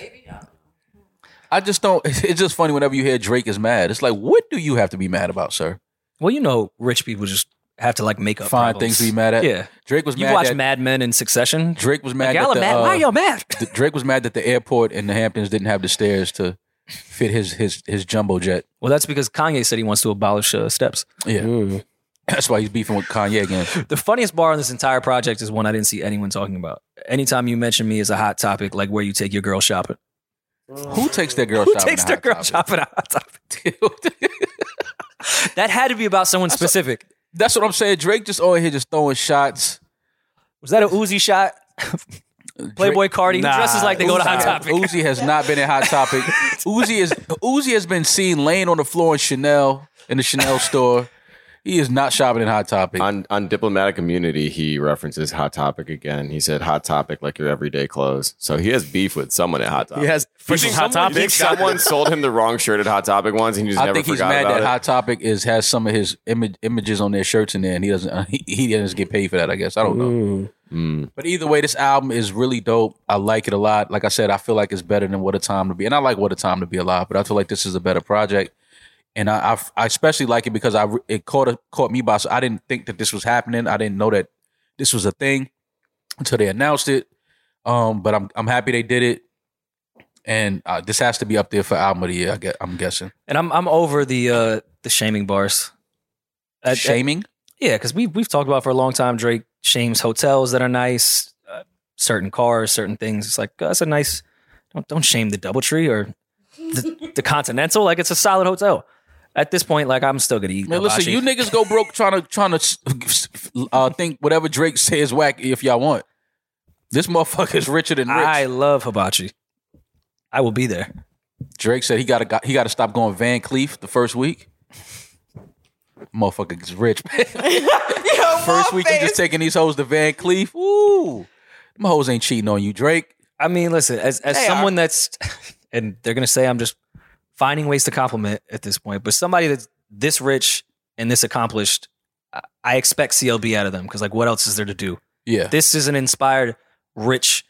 I just don't. It's just funny whenever you hear Drake is mad. It's like, what do you have to be mad about, sir?
Well, you know, rich people just have to like make up
Find things
problems.
to be mad at.
Yeah,
Drake was
you
mad.
watch
at,
Mad Men in Succession.
Drake was mad.
Like, y'all
that
are
the,
mad.
uh,
Why y'all mad?
the- Drake was mad that the airport in the Hamptons didn't have the stairs to fit his his his jumbo jet.
Well, that's because Kanye said he wants to abolish uh, steps.
Yeah, that's why he's beefing with Kanye again.
The funniest bar on this entire project is one I didn't see anyone talking about. Anytime you mention me as a hot topic, like where you take your girl shopping.
Who takes their girl?
Who
shopping
takes
at
their
Hot
girl
Topic?
shopping at a hot topic? that had to be about someone specific.
That's what I'm saying. Drake just over here just throwing shots.
Was that a Uzi shot? Playboy Cardi who
Nah,
dresses like they go to Hot
Uzi.
Topic.
Uzi has not been in Hot Topic. Uzi is Uzi has been seen laying on the floor in Chanel in the Chanel store. He is not shopping in Hot Topic.
on on diplomatic immunity, he references Hot Topic again. He said Hot Topic like your everyday clothes. So he has beef with someone at Hot Topic.
he has
think
freaking hot
someone- you
topics.
think someone sold him the wrong shirt at Hot Topic once, and he just
I
never
think he's
forgot
mad
about
that
it.
Hot Topic is has some of his image, images on their shirts in there, and he doesn't uh, he, he doesn't get paid for that. I guess I don't know.
Mm.
Hmm.
But either way, this album is really dope. I like it a lot. Like I said, I feel like it's better than What a Time to Be, and I like What a Time to Be a lot. But I feel like this is a better project, and I I, I especially like it because I re- it caught caught me by. So I didn't think that this was happening. I didn't know that this was a thing until they announced it. Um, but I'm I'm happy they did it. And uh, this has to be up there for album of the year. I guess, I'm guessing.
And I'm I'm over the uh, the shaming bars. At- at-
Shaming.
Yeah, because we we've talked about for a long time. Drake shames hotels that are nice, uh, certain cars, certain things. It's like oh, that's a nice. Don't don't shame the DoubleTree or the, the Continental. Like it's a solid hotel. At this point, like I'm still gonna eat.
Man, listen,
hibachi.
you niggas go broke trying to trying to uh, think whatever Drake says whack if y'all want. This motherfucker is richer than rich.
I love hibachi. I will be there.
Drake said he got to he got to stop going Van Cleef the first week. Motherfucker is rich.
Yo,
first week you just taking these hoes to Van Cleef. Ooh, them hoes ain't cheating on you, Drake.
I mean, listen, as as
They
someone that's, and they're gonna say I'm just finding ways to compliment at this point, but somebody that's this rich and this accomplished, I, I expect CLB out of them because like, what else is there to do?
Yeah,
This is an inspired, rich,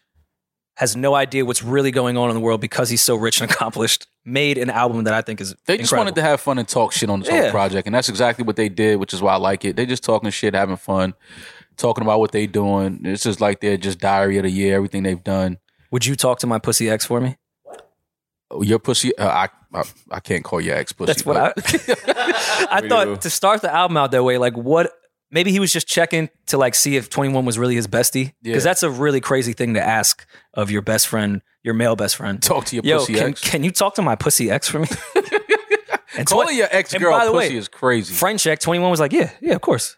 has no idea what's really going on in the world because he's so rich and accomplished. Made an album that I think is
They just wanted to have fun and talk shit on this whole
Yeah.
project, and that's exactly what they did, which is why I like it. They just talking shit, having fun, talking about what they doing. It's just like they're just diary of the year, everything they've done.
Would you talk to my pussy ex for me?
Your pussy, uh, I, I I can't call your ex pussy.
That's what I.
but
I thought to start the album out that way, like what? Maybe he was just checking to like see if Twenty One was really his bestie, because
Yeah.
that's a really crazy thing to ask of your best friend, your male best friend.
talk to your
Yo,
pussy
can,
ex.
can you talk to my pussy ex for me? and
Calling
twen-
your ex
and
girl
by the
pussy
way,
is crazy.
friend check. Twenty One was like, yeah, yeah, of course,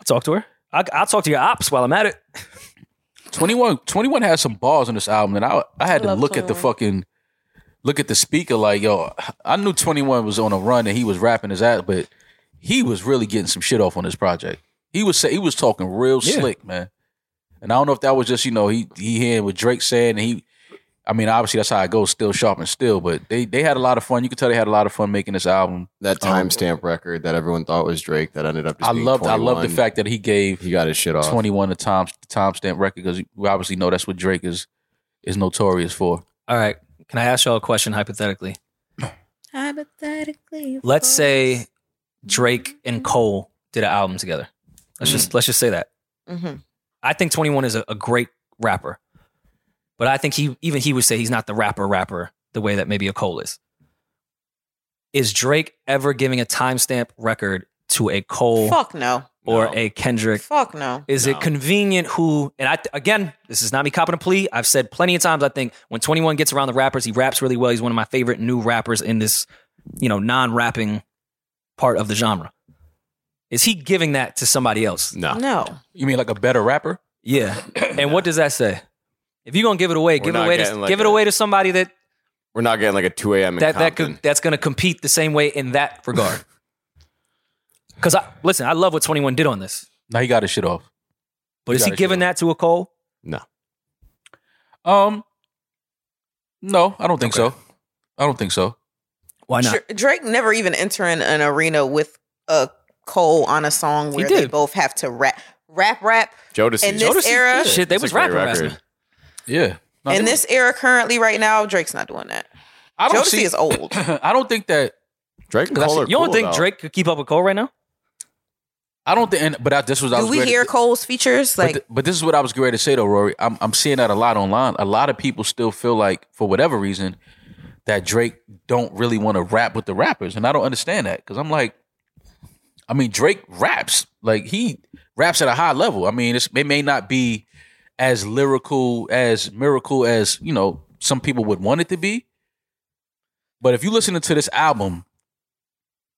I'll talk to her. I, I'll talk to your ops while I'm at it.
21, 21 has some balls on this album, and I I had to
love
look at the fucking look at the speaker like yo. I knew twenty one was on a run and he was rapping his ass, but he was really getting some shit off on this project. He was say, he was talking real
Yeah.
slick, man. And I don't know if that was just you know he he hearing what Drake said and he. I mean, obviously that's how it goes. Still sharp and still, but they they had a lot of fun. You could tell they had a lot of fun making this album.
That
Oh,
timestamp record that everyone thought was Drake that ended up. Just
I
being
loved I loved the
21.
fact that he gave
he got his shit off.
21 the time timestamp record because we obviously know that's what Drake is is notorious for.
All right, can I ask y'all a question hypothetically?
Hypothetically,
Let's say Drake and Cole did an album together. Let's just let's just say that.
Mhm.
I think 21 is a, a great rapper, but I think he even he would say he's not the rapper rapper the way that maybe a Cole is. Is Drake ever giving a timestamp record to a Cole
Fuck no.
or
No.
a Kendrick?
Fuck no.
Is it convenient who? And I again, this is not me copping a plea. I've said plenty of times. I think when Twenty One gets around the rappers, he raps really well. He's one of my favorite new rappers in this, you know, non-rapping part of the genre. Is he giving that to somebody else?
No.
No.
You mean like a better rapper?
Yeah. And what does that say? If you're gonna give it away, give it
not
away to
getting like
give it
a-
away to somebody that
We're not getting like a 2 a.m. in
that that
Compton.
could that's gonna compete the same way in that regard. Because I listen, I love what Twenty One did on this,
Now he got his shit off.
but is
got
he
it,
giving
Shiloh.
that to a Cole?
Um, no, I don't think so. I don't think so.
Why not?
Dra- Drake never even entering an arena with a Cole on a song where they
did.
both have to rap, rap, rap.
Jodeci.
In this era,
Shit, they
That's a
was
great
rapping
record.
wrestling.
Yeah. No,
in
they-
this era, currently, right now, Drake's not doing that.
I don't
Jodeci
see.
is old.
I don't think that.
Drake and Cole are
You don't
cool,
think
though.
Drake could keep up with Cole right now?
I don't think. and- But I, this was. I
Do
was
we
ready-
hear Cole's features?
But,
Like,
th- but this is what I was going to say though, Rory. I'm I'm seeing that a lot online. A lot of people still feel like, for whatever reason, that Drake don't really want to rap with the rappers, and I don't understand that because I'm like, I mean, Drake raps like he raps at a high level. I mean, it's, it may not be as lyrical as miracle as you know some people would want it to be, but if you listen to this album,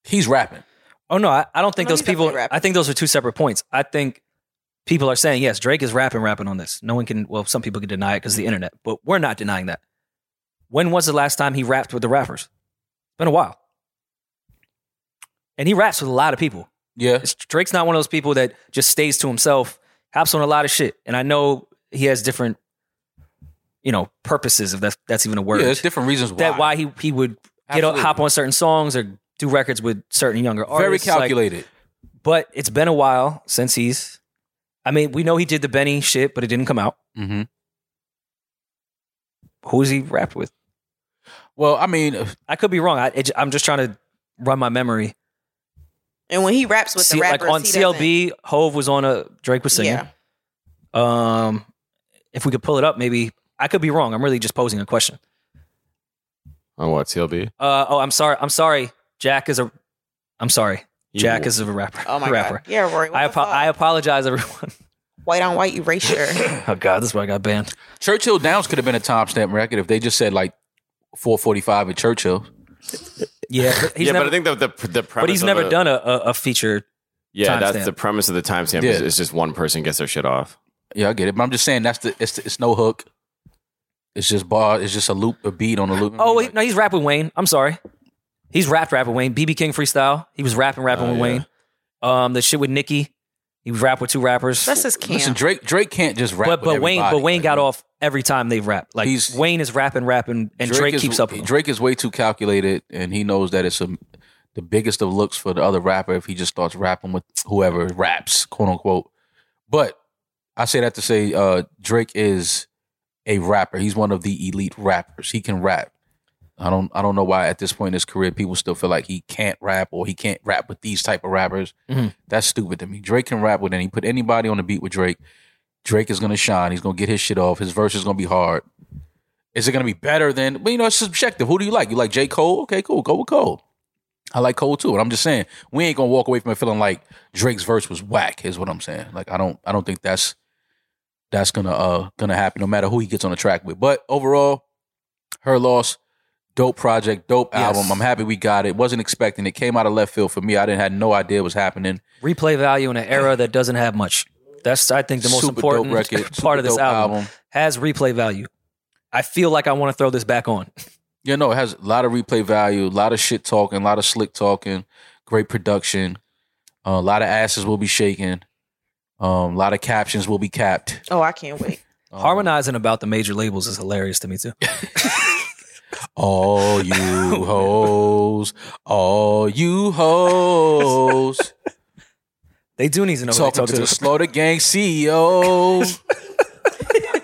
he's rapping.
Oh no, I, I don't think
No,
those
he's
people.
definitely rapping.
I think those are two separate points. I think people are saying yes, Drake is rapping, rapping on this. No one can. Well, some people can deny it because the internet, but we're not denying that. When was the last time he rapped with the rappers? It's been a while, and he raps with a lot of people.
Yeah,
It's- Drake's not one of those people that just stays to himself, hops on a lot of shit. And I know he has different, you know, purposes if that's that's even a word.
yeah. There's different reasons why.
that why he he would get up,
Absolutely.
hop on certain songs or do records with certain younger
very
artists. like-
calculated.
but it's been a while since he's. I mean, we know he did the Benny shit, but it didn't come out.
mm-hmm.
Who's he rapped with?
Well, I mean,
I could be wrong. I, it, I'm just trying to run my memory.
and when he raps with
See,
the
like
rappers,
on
he
CLB, Hove was on a Drake was
doesn't-
singing.
yeah,
Um, if we could pull it up, maybe I could be wrong. I'm really just posing a question.
On what? CLB?
Uh, oh, I'm sorry. I'm sorry. Jack is a. I'm sorry. Jack is a rapper.
oh my
rapper.
god, yeah, Rory. what
I
the
apo-
fuck?
I apologize, everyone.
white on white erasure.
oh God, this is why I got banned.
Churchill Downs could have been a timestamp record if they just said like 445 at Churchill.
Yeah, but he's
yeah,
never,
but I think the, the, the premise
but he's
of
never
the-
done a, a, a feature.
Yeah, that's
timestamp.
the premise of the timestamp.
Yeah.
Is, it's just one person gets their shit off.
Yeah, I get it. But I'm just saying that's the it's, it's no hook. It's just bar. It's just a loop, a beat on a loop.
Oh
Like,
wait, no, he's rapping Wayne. I'm sorry, he's rapped rapping Wayne. BB King freestyle. He was rapping rapping
Oh,
with
yeah.
Wayne. Um, the shit with Nicki. He was rapping with two rappers.
That's his camp.
listen, Drake Drake can't just rap.
but
with
but Wayne but
everybody.
Wayne
Like,
got off every time they rapped. Like
He's-
Wayne is rapping rapping and Drake,
is-
keeps up with him.
Drake is way too calculated, and he knows that it's a, the biggest of looks for the other rapper if he just starts rapping with whoever raps, quote unquote. But I say that to say uh, Drake is a rapper. He's one of the elite rappers. He can rap. I don't I don't know why at this point in his career people still feel like he can't rap or he can't rap with these type of rappers.
Mhm.
That's stupid to me. Drake can rap with any put anybody on the beat with Drake. Drake is gonna shine. He's gonna get his shit off. His verse is gonna be hard. Is it gonna be better than? But you know, it's subjective. Who do you like? You like J Cole? Okay, cool. Go with Cole. I like Cole too. And I'm just saying, we ain't gonna walk away from it feeling like Drake's verse was whack. Is what I'm saying. Like I don't, I don't think that's that's gonna uh gonna happen no matter who he gets on the track with. But overall, her loss, dope project, dope
Yes.
album. I'm happy we got it. Wasn't expecting it. Came out of left field for me. I didn't had no idea it was happening.
Replay value in an era that doesn't have much. That's I think the most
Super
important
dope record,
part
super
of this
dope
album,
album.
has replay value. I feel like I want to throw this back on.
Yeah, no, it has a lot of replay value, a lot of shit talking, a lot of slick talking, great production, uh, a lot of asses will be shaken, um, a lot of captions will be capped.
oh, I can't wait.
Um,
Harmonizing about the major labels is hilarious to me too.
All you hoes, all you hoes.
They do need to know who they're
talking to the Slaughter Gang E CEO.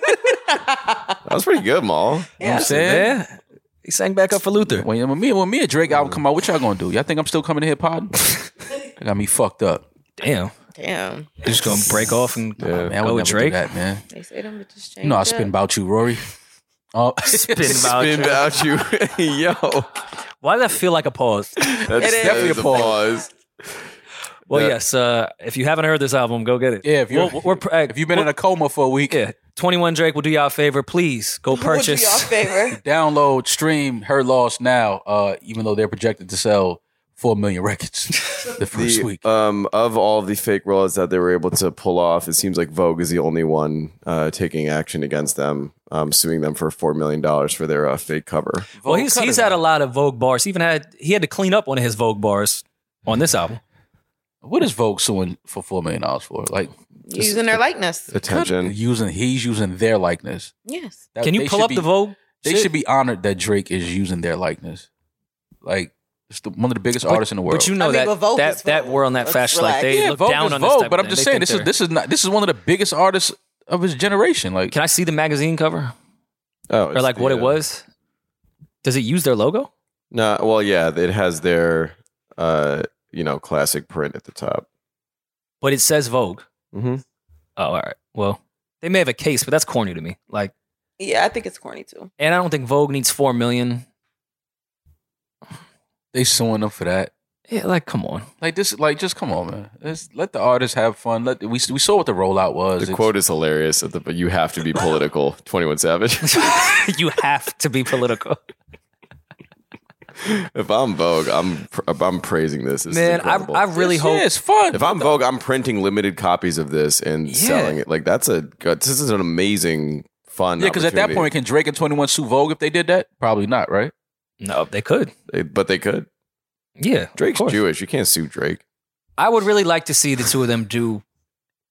That was pretty good, Maul.
know what I'm saying?
Yeah. He sang back up for Luther.
When, when me when me and Drake album come out, what y'all gonna do? Y'all think I'm still coming to hip hop? That got me fucked up.
Damn.
Damn.
They're just gonna break off and
Man, I would
go with
never do
Drake.
that, man.
They say them bitches change.
You know, I
up.
spin about you, Rory. Oh,
Spin
Spin
voucher.
about you. Yo.
Why does that feel like a pause?
That's
It is.
definitely a pause.
Well,
Yeah.
yes. Uh, if you haven't heard this album, go get it.
Yeah, if you're-
We're- we're- uh,
if you've been in
we're-
a coma for a week,
yeah, Twenty One Drake will do y'all a favor. Please go
Would you
purchase.
y'all favor?
download, stream Her Loss now. Uh, even though they're projected to sell four million records the first
The,
week.
um, of all the fake rollouts that they were able to pull off, it seems like Vogue is the only one uh, taking action against them, um, suing them for $4 million for their uh, fake cover.
well, he's
Vogue
he's
cut it
had a
out.
lot of Vogue bars. He even had he had to clean up one of his Vogue bars on this album.
What is Vogue suing for four million dollars for? Like
Using their likeness.
Attention.
using he's using their likeness.
Yes.
That-
Can you
they
pull
should
up
be-
the Vogue?
They
shit?
should be honored that Drake is using their likeness. Like it's the, one of the biggest artists in the world.
But you know
I mean,
that
but Vogue
that,
is
that
Vogue.
world and that
Let's
fashion, like
relax.
they
yeah,
look
Vogue
down
is
on this
Vogue,
type
but I'm
of thing.
just
They
saying
think
this is
they're-
this is not this is one of the biggest artists of his generation. Like
Can I see the magazine cover
Oh,
or
it's
like what
the,
it
uh,
was? Does it use their logo?
No, well, yeah, it has their, uh, you know, classic print at the top.
But it says Vogue.
Mm-hmm.
Oh, all right. Well, they may have a case, but that's corny to me. Like,
Yeah, I think it's corny too.
and I don't think Vogue needs four million.
they suing them for that.
Yeah, like come on.
Like this, like just come on, man. Let's, let the artists have fun. Let we we saw what the rollout was.
The
It's-
quote is hilarious, at the, but you have to be political, 21 Savage.
you have to be political,
if I'm Vogue, I'm pr- I'm praising this. this
man.
is
I
incredible.
I really
yeah,
hope.
it's fun.
if I'm Vogue, I'm printing limited copies of this and
Yeah.
selling it. Like that's a good- this is an amazing fun.
yeah, because at that
opportunity.
point, can Drake and Twenty One sue Vogue if they did that? Probably not, right?
No, they could.
They- but they could.
Yeah, of
Drake's
course.
Jewish. You can't sue Drake.
I would really like to see the two of them do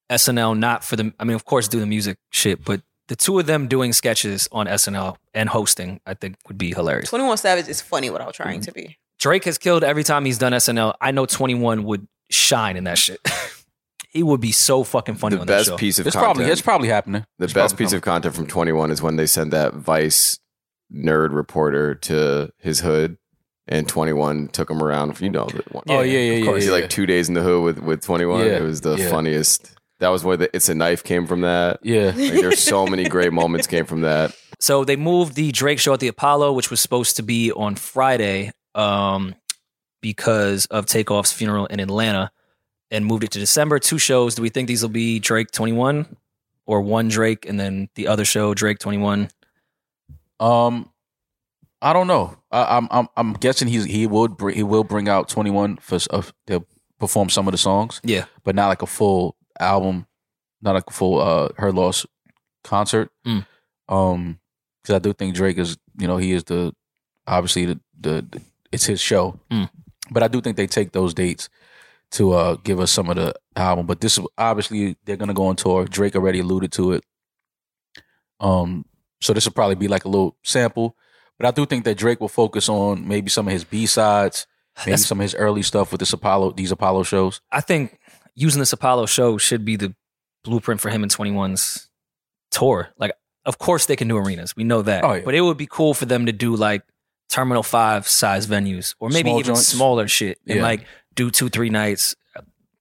SNL, not for the. I mean, of course, do the music shit, but the two of them doing sketches on SNL and hosting, I think, would be hilarious.
Twenty One Savage is funny without trying to be.
Drake has killed every time he's done SNL. I know Twenty One would shine in that shit. he would be so fucking funny
the
on
best
that show.
piece of
It's
content.
probably it's probably happening.
the
It's
best
probably
piece of content from 21 is when they send that Vice nerd reporter to his hood, and 21 took him around. You know, the one,
coming. Oh yeah, yeah, yeah.
Of course.
Was
yeah,
he like two days in the hood with with 21?
Yeah,
It was the
yeah.
funniest. That was where the it's a knife came from. That
yeah. Yeah.
like, there's so many great moments came from that.
So they moved the Drake show at the Apollo, which was supposed to be on Friday, um, because of Takeoff's funeral in Atlanta, and moved it to December. Two shows. Do we think these will be Drake twenty one, or one Drake and then the other show Drake twenty one?
Um, I don't know. I, I'm I'm I'm guessing he's he would br- he will bring out Twenty One for s- uh, to perform some of the songs,
Yeah,
but not like a full album, not like a full uh her loss concert.
Mm.
Um, because I do think Drake is you know he is the obviously the the, the- it's his show,
Mm.
but I do think they take those dates to uh give us some of the album. But this is obviously they're gonna go on tour. Drake already alluded to it. Um, so this will probably be like a little sample. But I do think that Drake will focus on maybe some of his B sides, maybe
That's-
some of his early stuff with this Apollo, these Apollo shows.
I think using this Apollo show should be the blueprint for him and 21's tour. Like, of course they can do arenas. We know that.
Oh, yeah.
But it would be cool for them to do like Terminal 5 size venues or maybe
Small
even
joints.
smaller shit and
Yeah.
like do two, three nights.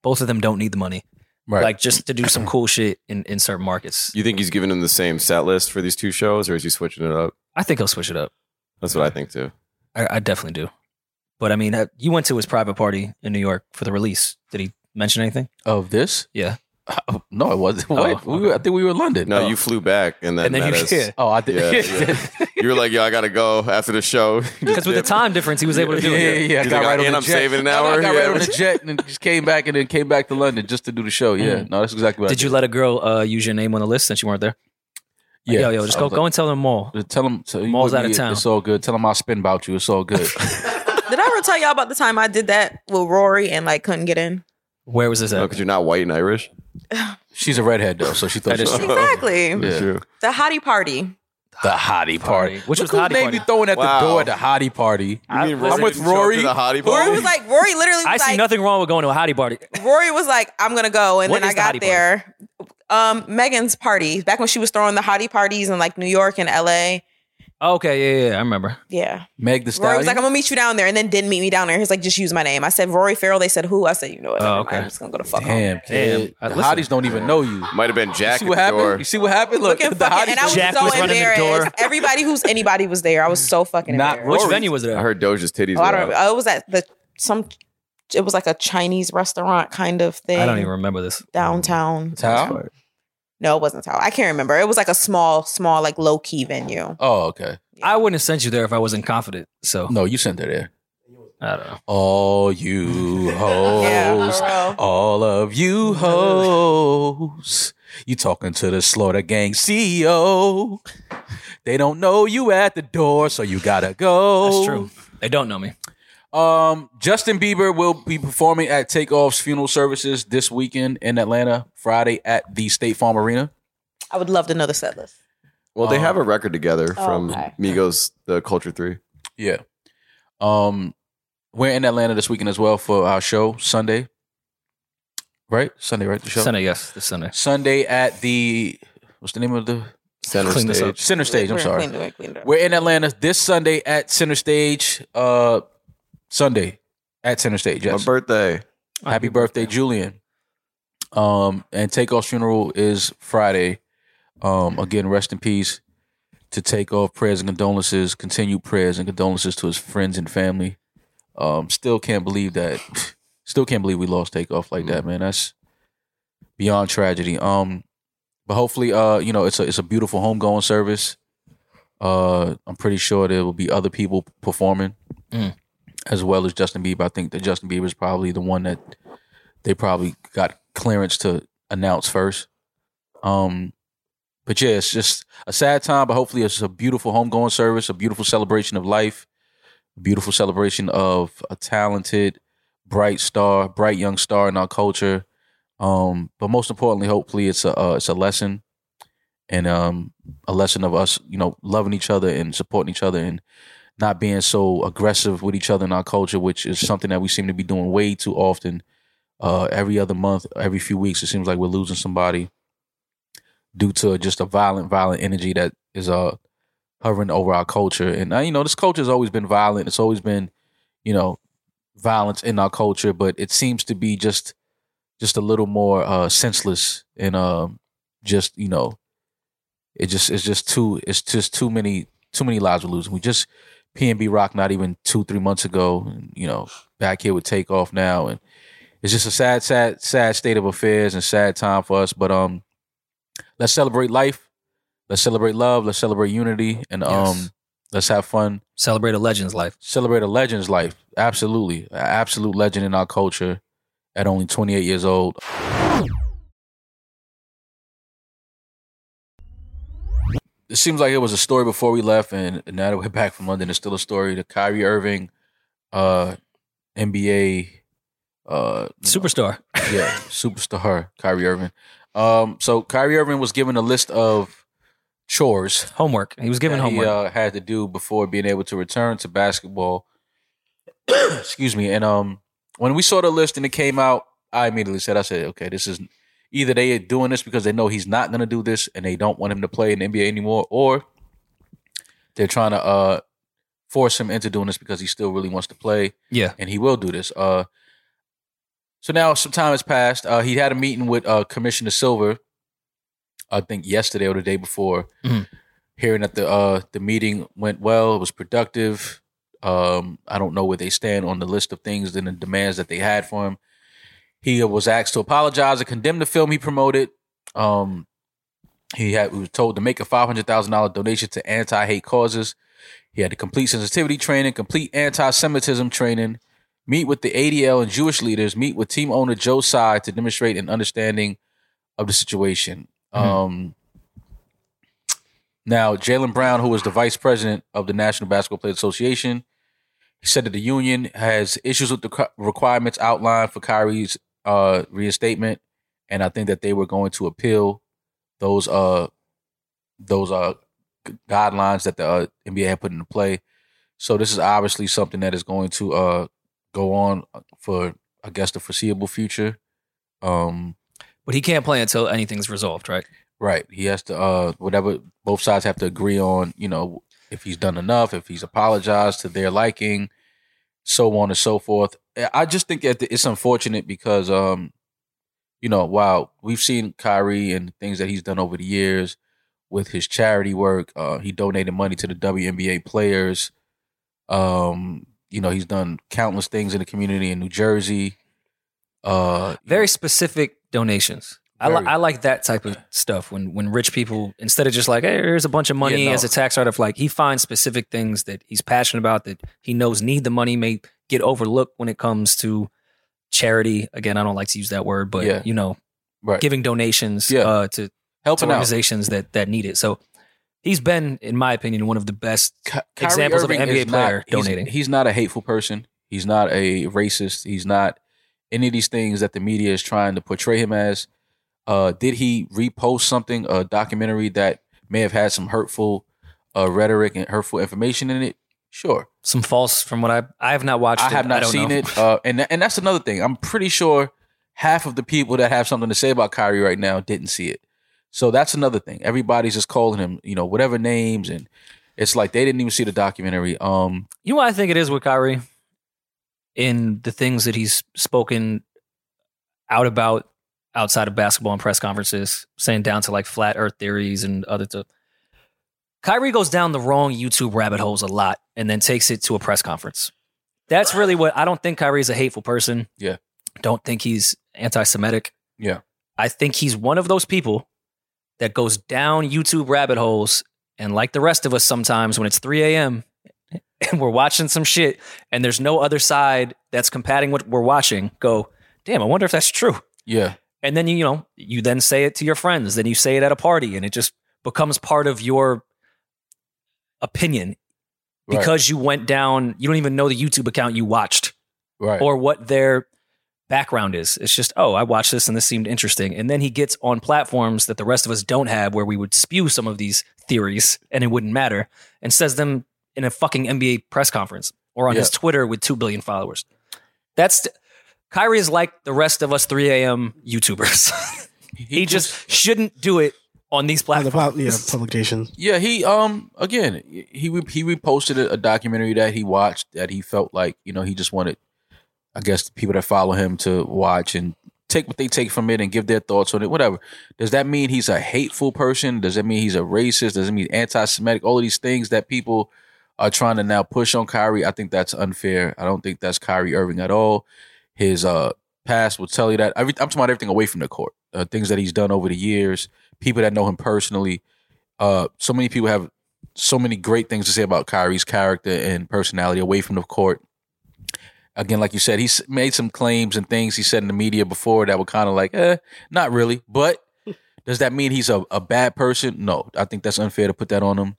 Both of them don't need the money.
Right.
Like, just to do some cool shit in, in certain markets.
You think he's giving him the same set list for these two shows, or is he switching it up?
I think he'll switch it up.
That's what I think too.
I, I definitely do. But I mean, uh, you went to his private party in New York for the release. Did he mention anything?
of this. Uh,
Yeah.
No, it wasn't.
Oh,
What? We were- I think we were in London.
No,
Oh.
you flew back, and then,
And then
that
you-
is-
yeah.
Oh, I did.
Yeah, you were like, "Yo, I gotta go after the show."
Because with the time difference, he was able to do
Yeah, yeah,
it.
yeah. I
He's
got
like,
right on
and
the
I'm
jet.
saving an
No, no,
hour.
I got right
Yeah.
on the jet and just came back and then came back to London just to do the show. Yeah, no, that's exactly what
Did
I
you let a girl uh, use your name on the list since you weren't there? Like,
Yeah.
Yo, yo, just
I
go,
was
go and tell them all.
Did you tell him? So you
Mall's
wouldn't
out of
be-
town.
It's all good. Tell him I spin about you. It's all good.
Did I ever tell y'all about the time I did that with Rory and like couldn't get in?
Where was this at?
because you're not white and Irish.
She's a redhead though, so she thought
That is
she
true.
was
Exactly.
Yeah.
True.
The hottie party.
the hottie party.
Which was
Look
the
whose
hottie
name
party?
you throwing at
Wow.
the door at the hottie party.
I-
You mean
listen,
I'm with
didn't show up
Rory.
to the hottie
Rory
party?
was like, Rory literally was
I see
like,
nothing wrong with going to a hottie party.
Rory was like, I'm gonna go. And
What
then I
is the
got
hottie
there. Um, Megan's party, back when she was throwing the hottie parties in like New York and LA.
Okay, yeah, yeah, yeah, I remember.
Yeah.
Meg the
Rory
Stallion.
was like, I'm gonna meet you down there, and then didn't meet me down there. He's like, just use my name. I said Rory Farrell. They said who? I said, you know what?
Oh,
never
okay.
mind. I'm just gonna go to fuck home.
Damn, kid.
Damn. uh, I-
the hotties don't even know you.
Might have been Jack
See
at
what
the
happened?
door.
You see what happened? Look,
Fucking
the
fucking, and I
hotties.
was
Jack
so
was running the door.
embarrassed. Everybody who's anybody was there. I was so fucking
Not
embarrassed.
Which
Rory.
venue was it at?
I heard Doja's titties.
Oh, I don't.
were
Remember.
out.
Oh, it was at the some. It was like a Chinese restaurant kind of thing.
I don't even remember this.
downtown.
Tao?
No, it wasn't Tower. I can't remember. It was like a small, small, like low key venue.
Oh, okay.
I wouldn't have sent you there if I wasn't confident. So
Oh. No, you sent her there.
I don't know.
All you hoes.
for real.
All of you hoes, you talking to the slaughter gang CEO. They don't know you at the door, so you gotta go.
That's true. They don't know me.
Um, Justin Bieber will be performing at Takeoff's funeral services this weekend in Atlanta, Friday at the State Farm Arena.
I would love to know the set list.
Well, they
Oh.
have a record together
Oh,
from
okay.
Migos, the Culture Three.
Yeah. Um, we're in Atlanta this weekend as well for our show Sunday. Right, Sunday, right? The show
Sunday, yes, this Sunday.
Sunday at the what's the name of the
Center
Clean this up.
stage.
center stage? I'm
We're in
sorry.
Queens, we're in Queens.
We're in Atlanta this Sunday at Center Stage. Uh, Sunday at Center Stage. Yes.
My birthday.
Happy birthday, Julian. Um, and Takeoff's funeral is Friday. Um, again, rest in peace to Takeoff. Prayers and condolences. Continued prayers and condolences to his friends and family. Um, still can't believe that. Still can't believe we lost Takeoff like that, man. That's beyond tragedy. Um, but hopefully, uh, you know, it's a it's a beautiful homegoing service. Uh, I'm pretty sure there will be other people performing,
Mm.
as well as Justin Bieber. I think that Justin Bieber is probably the one that they probably got clearance to announce first. Um, but yeah, it's just a sad time, but hopefully it's a beautiful homegoing service, a beautiful celebration of life, a beautiful celebration of a talented, bright star, bright young star in our culture. Um, but most importantly, hopefully it's a uh, it's a lesson, and um, a lesson of us, you know, loving each other and supporting each other and not being so aggressive with each other in our culture, which is something that we seem to be doing way too often. Uh, every other month, every few weeks, it seems like we're losing somebody due to just a violent, violent energy that is uh hovering over our culture. And uh, you know, this culture has always been violent. It's always been, you know, violence in our culture, but it seems to be just just a little more uh senseless and um just you know it just it's just too it's just too many too many lives we're losing we just pnb rock not even two three months ago and, you know back here with take off now and it's just a sad sad sad state of affairs and sad time for us but um let's celebrate life let's celebrate love let's celebrate unity and um
Yes.
let's have fun
Celebrate a legend's life.
celebrate a legend's life. Absolutely. An absolute legend in our culture at only 28 years old. It seems like it was a story before we left, and now that we're back from London, it's still a story. The Kyrie Irving, uh, NBA, uh,
Superstar.
yeah, superstar Kyrie Irving. Um, so Kyrie Irving was given a list of chores
Homework. He was given
that
homework.
He uh, had to do before being able to return to basketball. Excuse me. And um, when we saw the list and it came out, I immediately said, "I said, okay, this is either they are doing this because they know he's not going to do this and they don't want him to play in the NBA anymore, or they're trying to uh force him into doing this because he still really wants to play."
yeah.
and he will do this. Uh, so now some time has passed. Uh, he had a meeting with uh, Commissioner Silver, I think yesterday or the day before.
Mhm.
Hearing that the uh, the meeting went well, it was productive. Um, I don't know where they stand on the list of things and the demands that they had for him. He was asked to apologize and condemn the film he promoted. Um, he had he was told to make a five hundred thousand dollar donation to anti hate causes. He had to complete sensitivity training, complete anti Semitism training, meet with the ADL and Jewish leaders, meet with team owner Joe Tsai to demonstrate an understanding of the situation. Um, now, Jalen Brown, who was the vice president of the National Basketball Players Association, he said that the union has issues with the cri- requirements outlined for Kyrie's uh, reinstatement, and I think that they were going to appeal those uh those uh gu- guidelines that the uh, NBA had put into play. So this is obviously something that is going to uh, go on uh, for, I guess, the foreseeable future. Um,
But he can't play until anything's resolved, right?
right. He has to uh, whatever both sides have to agree on. You know if he's done enough, if he's apologized to their liking, so on and so forth. I- I just think that it's unfortunate because, um, you know, wow, we've seen Kyrie and things that he's done over the years with his charity work. Uh, he donated money to the WNBA players. Um, you know, he's done countless things in the community in New Jersey. Uh,
Very specific donations. I, li-
Very.
I like that type of stuff when when rich people instead of just like hey here's a bunch of money
Yeah, no.
as a tax write-off like he finds specific things that he's passionate about that he knows need the money may get overlooked when it comes to charity again I don't like to use that word but
Yeah.
you know
right.
giving donations
Yeah.
uh, to to
helping out.
organizations that that need it. So he's been, in my opinion, one of the best.
Ky-
examples of an
Irving
NBA
is not-
player
he's-
donating.
He's, not a hateful person. He's not a racist. He's not any of these things that the media is trying to portray him as. Uh, did he repost something, a documentary that may have had some hurtful uh, rhetoric and hurtful information in it? Sure.
Some false from what I I have not watched.
I
it.
have not
don't
seen
know.
it. Uh, and, and that's another thing. I'm pretty sure half of the people that have something to say about Kyrie right now didn't see it. So that's another thing. Everybody's just calling him, you know, whatever names. And it's like they didn't even see the documentary. Um,
You know what I think it is with Kyrie, in the things that he's spoken out about outside of basketball and press conferences, saying down to like flat Earth theories and other stuff. Kyrie goes down the wrong YouTube rabbit holes a lot, and then takes it to a press conference. That's really what I don't think Kyrie's a hateful person.
Yeah.
don't think he's anti-Semitic.
Yeah.
I think he's one of those people that goes down YouTube rabbit holes, and like the rest of us, sometimes when it's 3 a.m. and we're watching some shit, and there's no other side that's combating what we're watching, go, damn, I wonder if that's true.
Yeah.
And then you, you know, you then say it to your friends, then you say it at a party, and it just becomes part of your opinion
Right.
because you went down, you don't even know the YouTube account you watched
right.
or what their background is. It's just, oh, I watched this and this seemed interesting. And then he gets on platforms that the rest of us don't have where we would spew some of these theories and it wouldn't matter and says them in a fucking NBA press conference or on
Yeah.
his Twitter with 2 billion followers. That's Kyrie is like the rest of us 3 a.m. YouTubers.
he,
he just shouldn't do it on these
On the
platforms.
pub- yeah, publication.
yeah he um again he re- he reposted a, a documentary that he watched that he felt like you know he just wanted I guess the people that follow him to watch and take what they take from it and give their thoughts on it whatever does that mean he's a hateful person does that mean he's a racist does it mean anti-Semitic all of these things that people are trying to now push on Kyrie I think that's unfair I don't think that's Kyrie Irving at all his uh past will tell you that Every, I'm talking about everything away from the court uh, things that he's done over the years people that know him personally uh, so many people have so many great things to say about Kyrie's character and personality away from the court. Again, like you said, he's made some claims and things he said in the media before that were kind of like, eh, not really. But does that mean he's a, a bad person? No, I think that's unfair to put that on him.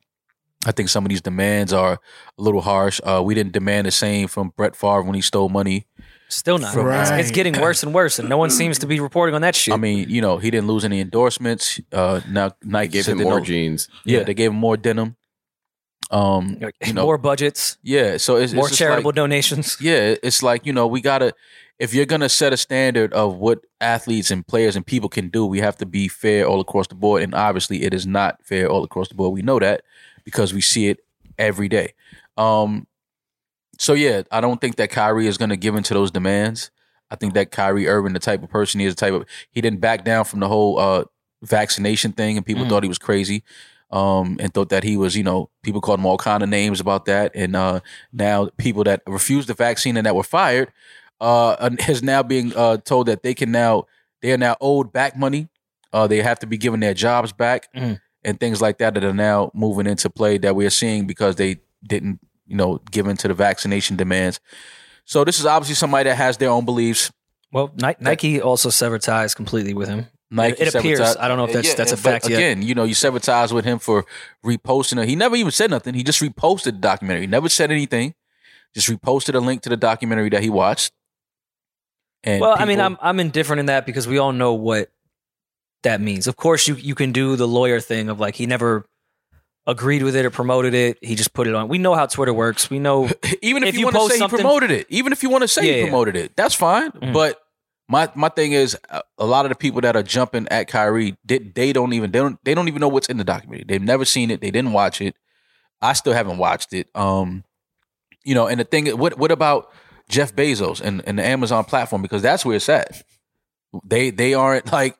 I think some of these demands are a little harsh. Uh, we didn't demand the same from Brett Favre when he stole money.
Still not.
Right.
It's, it's getting worse and worse, and no one seems to be reporting on that shit.
I mean, you know, he didn't lose any endorsements. Uh, now Nike
Give
said
him
they
more
don't-
jeans.
Yeah, they gave him more denim. Um,
Like,
you know,
more budgets,
Yeah, so it's
more
it's just like-
charitable donations.
yeah, it's like you know we gotta if you're gonna set a standard of what athletes and players and people can do, we have to be fair all across the board, and obviously it is not fair all across the board. We know that because we see it every day. Um, so yeah, I don't think that Kyrie is gonna give in to those demands. I think that Kyrie Irving, the type of person he is, the type of he didn't back down from the whole uh, vaccination thing, and people
Mhm.
thought he was crazy, um, and thought that he was, you know, people called him all kind of names about that, and uh, now people that refused the vaccine and that were fired uh, and is now being uh, told that they can now they are now owed back money, uh, they have to be given their jobs back,
Mhm.
and things like that that are now moving into play that we are seeing because they didn't, you know, give in to the vaccination demands. So this is obviously somebody that has their own beliefs.
Well, Ni- Nike also severed ties completely with him.
Nike
It- it appears.
sabotage-
I don't know if that's- that's a
but
fact yet.
Again, you know, you sever ties with him for reposting. it. He never even said nothing. He just reposted the documentary. He never said anything. Just reposted a link to the documentary that he watched. And
well, I
people-
mean, I'm I'm indifferent in that because we all know what that means. Of course, you you can do the lawyer thing of like he never agreed with it or promoted it. He just put it on. We know how Twitter works. We know
even if,
if
you,
you
want
post
to say he
something-
promoted it, even if you want to say
Yeah,
he
yeah.
promoted it, that's fine.
Mhm.
But my my thing is, uh, a lot of the people that are jumping at Kyrie, they, they don't even they don't they don't even know what's in the documentary. They've never seen it. They didn't watch it. I still haven't watched it. Um, you know, and the thing, what what about Jeff Bezos and, and the Amazon platform? Because that's where it's at. They they aren't like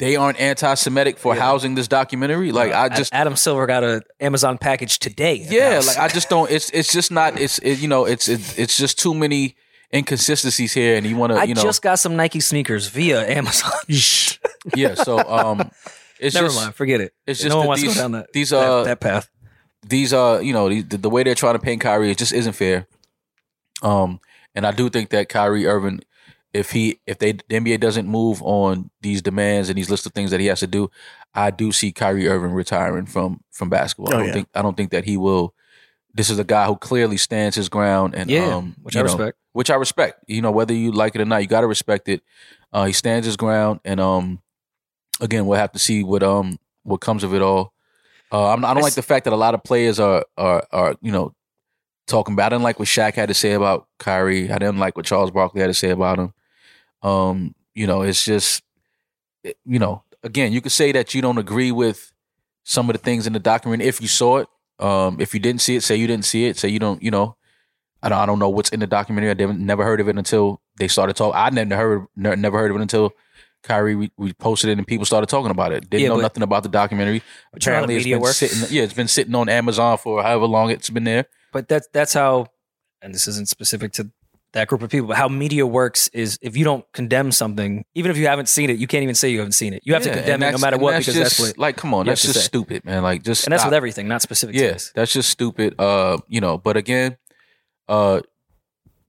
they aren't anti-Semitic for housing this documentary. Like I just
uh, Adam Silver got a Amazon package today.
yeah,
announced.
like I just don't. It's it's just not. It's it, you know. It's it's it's just too many inconsistencies here, and you want to
I
you know.
just got some Nike sneakers via Amazon.
yeah. So um, it's
Never
just
mind, forget it.
it's
no
just
one
that
wants
these-
to go down that,
these,
that-
uh,
that path.
these uh you know the, the way they're trying to paint Kyrie it just isn't fair. Um, and I do think that Kyrie Irving, if he if they the NBA doesn't move on these demands and these list of things that he has to do, I do see Kyrie Irving retiring from from basketball.
Oh,
I don't
yeah.
think I don't think that he will. This is a guy who clearly stands his ground and
Yeah,
um
which
you
I
know,
respect.
which I respect. You know whether you like it or not, you got to respect it. Uh, he stands his ground and um again we'll have to see what um what comes of it all. Uh, I'm, I don't
I
like the
s-
fact that a lot of players are are are you know talking about. I didn't like what Shaq had to say about Kyrie. I didn't like what Charles Barkley had to say about him. Um, you know, it's just it- you know, again, you could say that you don't agree with some of the things in the document if you saw it. Um, if you didn't see it, say you didn't see it. Say you don't, you know. I don't, I don't know what's in the documentary. I didn't, never heard of it until they started talking. I never heard, ne- never heard of it until Kyrie we, we posted it and people started talking about it. Didn't
Yeah,
know
but-
nothing about the documentary.
But you know how the
Apparently, it's
media
been
works.
sitting. Yeah, it's been sitting on Amazon for however long it's been there.
but that's that's how and this isn't specific to that group of people but how media works is if you don't condemn something even if you haven't seen it you can't even say you haven't seen it you have
Yeah,
to
and
condemn it no
that's-
matter
and
what because that's
just-
what
like come on,
you
that's
have to
just
say.
stupid, man. Like just
and that's
stop.
with everything not specific to
Yes,
this
that's just stupid. Uh, you know, but again, uh,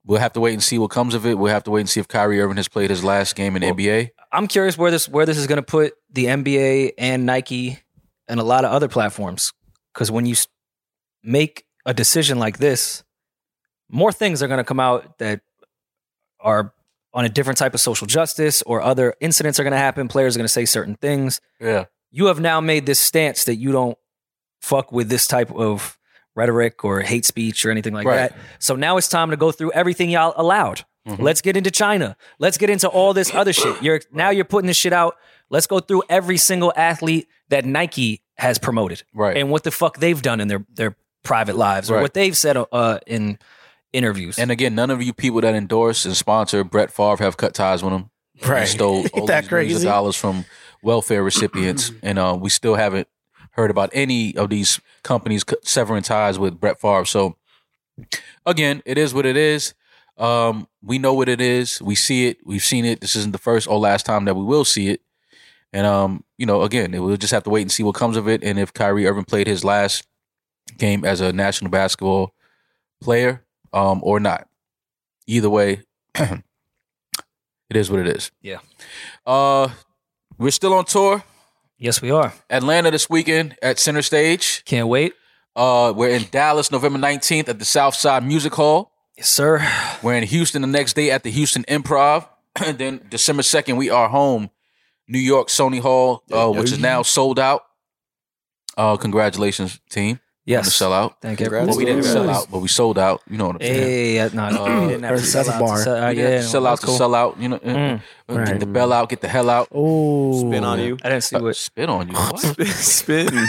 we'll have to wait and see what comes of it. We'll have to wait and see if Kyrie Irving has played his last game in the NBA.
i'm curious where this where this is going to put the nba and nike and a lot of other platforms because when you s- make a decision like this more things are going to come out that are on a different type of social justice or other incidents are going to happen players are going to say certain things
Yeah,
you have now made this stance that you don't fuck with this type of rhetoric or hate speech or anything like
Right. Mm-hmm.
that. So now it's time to go through everything y'all allowed. Let's get into China. Let's get into all this other shit. You're now you're putting this shit out. Let's go through every single athlete that Nike has promoted
right.
and what the fuck they've done in their their private lives or
Right.
what they've said uh, in interviews.
and again, none of you people that endorse and sponsor Brett Favre have cut ties with him. He
Right.
stole
Ain't
all
that
these millions of
crazy?
dollars from welfare recipients, and uh, we still haven't heard about any of these companies c- severing ties with Brett Favre. So, again, it is what it is. Um, we know what it is. We see it. We've seen it. This isn't the first or last time that we will see it. And um, you know, again, it- we'll just have to wait and see what comes of it. And if Kyrie Irving played his last game as a national basketball player um, or not, either way, it is what it is.
Yeah.
Uh, we're still on tour.
yes, we are.
Atlanta this weekend at Center Stage.
Can't wait.
Uh, we're in Dallas November 19th at the Southside Music Hall.
Yes, sir.
We're in Houston the next day at the Houston Improv. and then December 2nd, we are home, New York Sony Hall, uh, which is now sold out. Uh, congratulations, team. On the
Yes.
sellout.
Thank you.
Well, we didn't sell out, but we sold out. You know what I'm saying?
Hey, yeah, no, no,
Uh,
we didn't have
Or
to
sell
sell
a
out
bar.
To sell, uh,
We
yeah,
didn't sell out
that's cool.
to sell out. You know, uh,
Mm.
uh, get
Right.
the bell out, get the hell out.
Oh,
Spin on you.
I didn't
Uh,
see what. Hmm.
Spit on you. What?
Spin.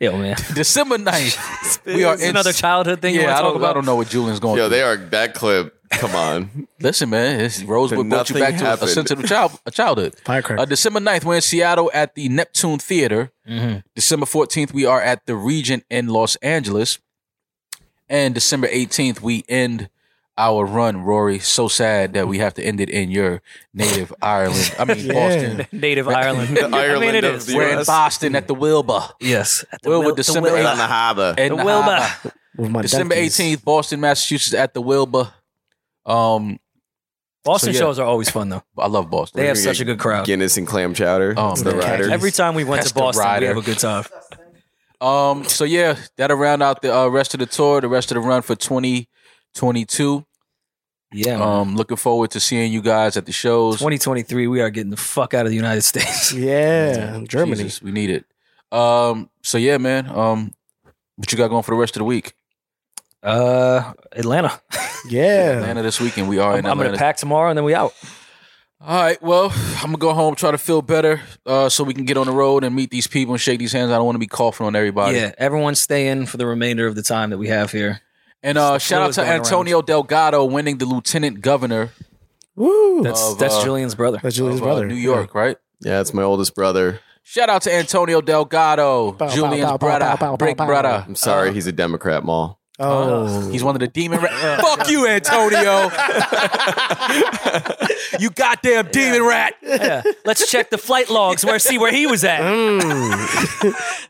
Yo, man,
December 9th. we are
it's
in.
another childhood thing. you
yeah,
want
I
to
don't,
talk
I
about?
don't know what Julian's going
Yo,
through.
they are that clip. Come on.
Listen, man, this Rosewood brought you
Nothing
back to a
happened.
sensitive child, a childhood.
Firecracker.
Uh, December 9th, we're in Seattle at the Neptune Theater.
Mm-hmm.
December 14th, we are at the Regent in Los Angeles. And December 18th, we end our run, Rory. So sad that we have to end it in your native Ireland. I mean, Boston.
Native Ireland.
The
I mean,
Ireland
it
of
is.
the
We're in
US.
Boston at the Wilbur.
Yes, at the
Wilbur,
Wil- the
December
Wilbur.
eighth.
harbor.
In
The
the
Wilbur.
harbor.
With my
Uh, December
donkeys.
18th, Boston, Massachusetts at the Wilbur. Um,
Boston
So, yeah.
shows are always fun though.
I love Boston.
They have
gonna
such
get
a good crowd.
Guinness and clam chowder.
Oh,
It's the
man.
rider.
uh, Every time we went
That's
to
the
Boston, we
rider.
have a good time.
Um. So yeah, that'll round out the uh, rest of the tour, the rest of the run for 2022.
Yeah, man.
Um. Looking forward to seeing you guys at the shows.
2023, we are getting the fuck out of the United States.
Yeah, Germany.
Jesus, we need it. Um. So yeah, man. Um. What you got going for the rest of the week?
Uh, Atlanta.
Yeah.
Atlanta this weekend. We are
I'm,
in
I'm
Atlanta.
gonna pack tomorrow and then we out.
All right. Well, I'm gonna go home, try to feel better, uh, so we can get on the road and meet these people and shake these hands. I don't want to be coughing on everybody.
Yeah, everyone stay in for the remainder of the time that we have here.
And uh,
The
shout
flu
out
is
to
going
Antonio Delgado winning the lieutenant governor
Woo! That's,
That's
Of,
that's
uh,
Julian's brother.
Julian's
of uh,
brother.
New York, right?
Yeah, it's my oldest brother.
Shout out to Antonio Delgado,
Bow, bow,
Julian's
bow, bow,
brother,
bow, bow,
big
bow.
brother.
I'm sorry, he's a Democrat, Maul.
Oh,
He's one of the demon. Ra- Fuck you, Antonio. you goddamn demon rat.
Yeah. Let's check the flight logs where see where he was at.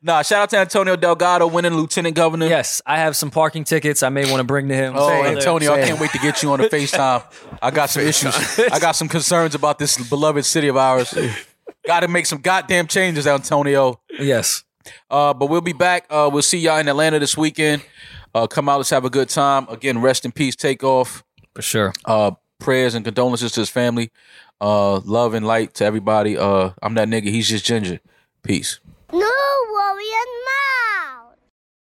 Nah, shout out to Antonio Delgado winning lieutenant governor.
Yes, I have some parking tickets. I may want to bring to him.
Oh,
Say it.
Antonio, I
Say it.
can't wait to get you on the FaceTime. I got some issues. I got some concerns about this beloved city of ours. got to make some goddamn changes, Antonio.
yes.
Uh, but we'll be back. Uh, we'll see y'all in Atlanta this weekend. Uh, come out, let's have a good time. Again, rest in peace, take off.
For sure.
Uh, prayers and condolences to his family. Uh, love and light to everybody. Uh, I'm that nigga. He's just Ginger. Peace.
No worry and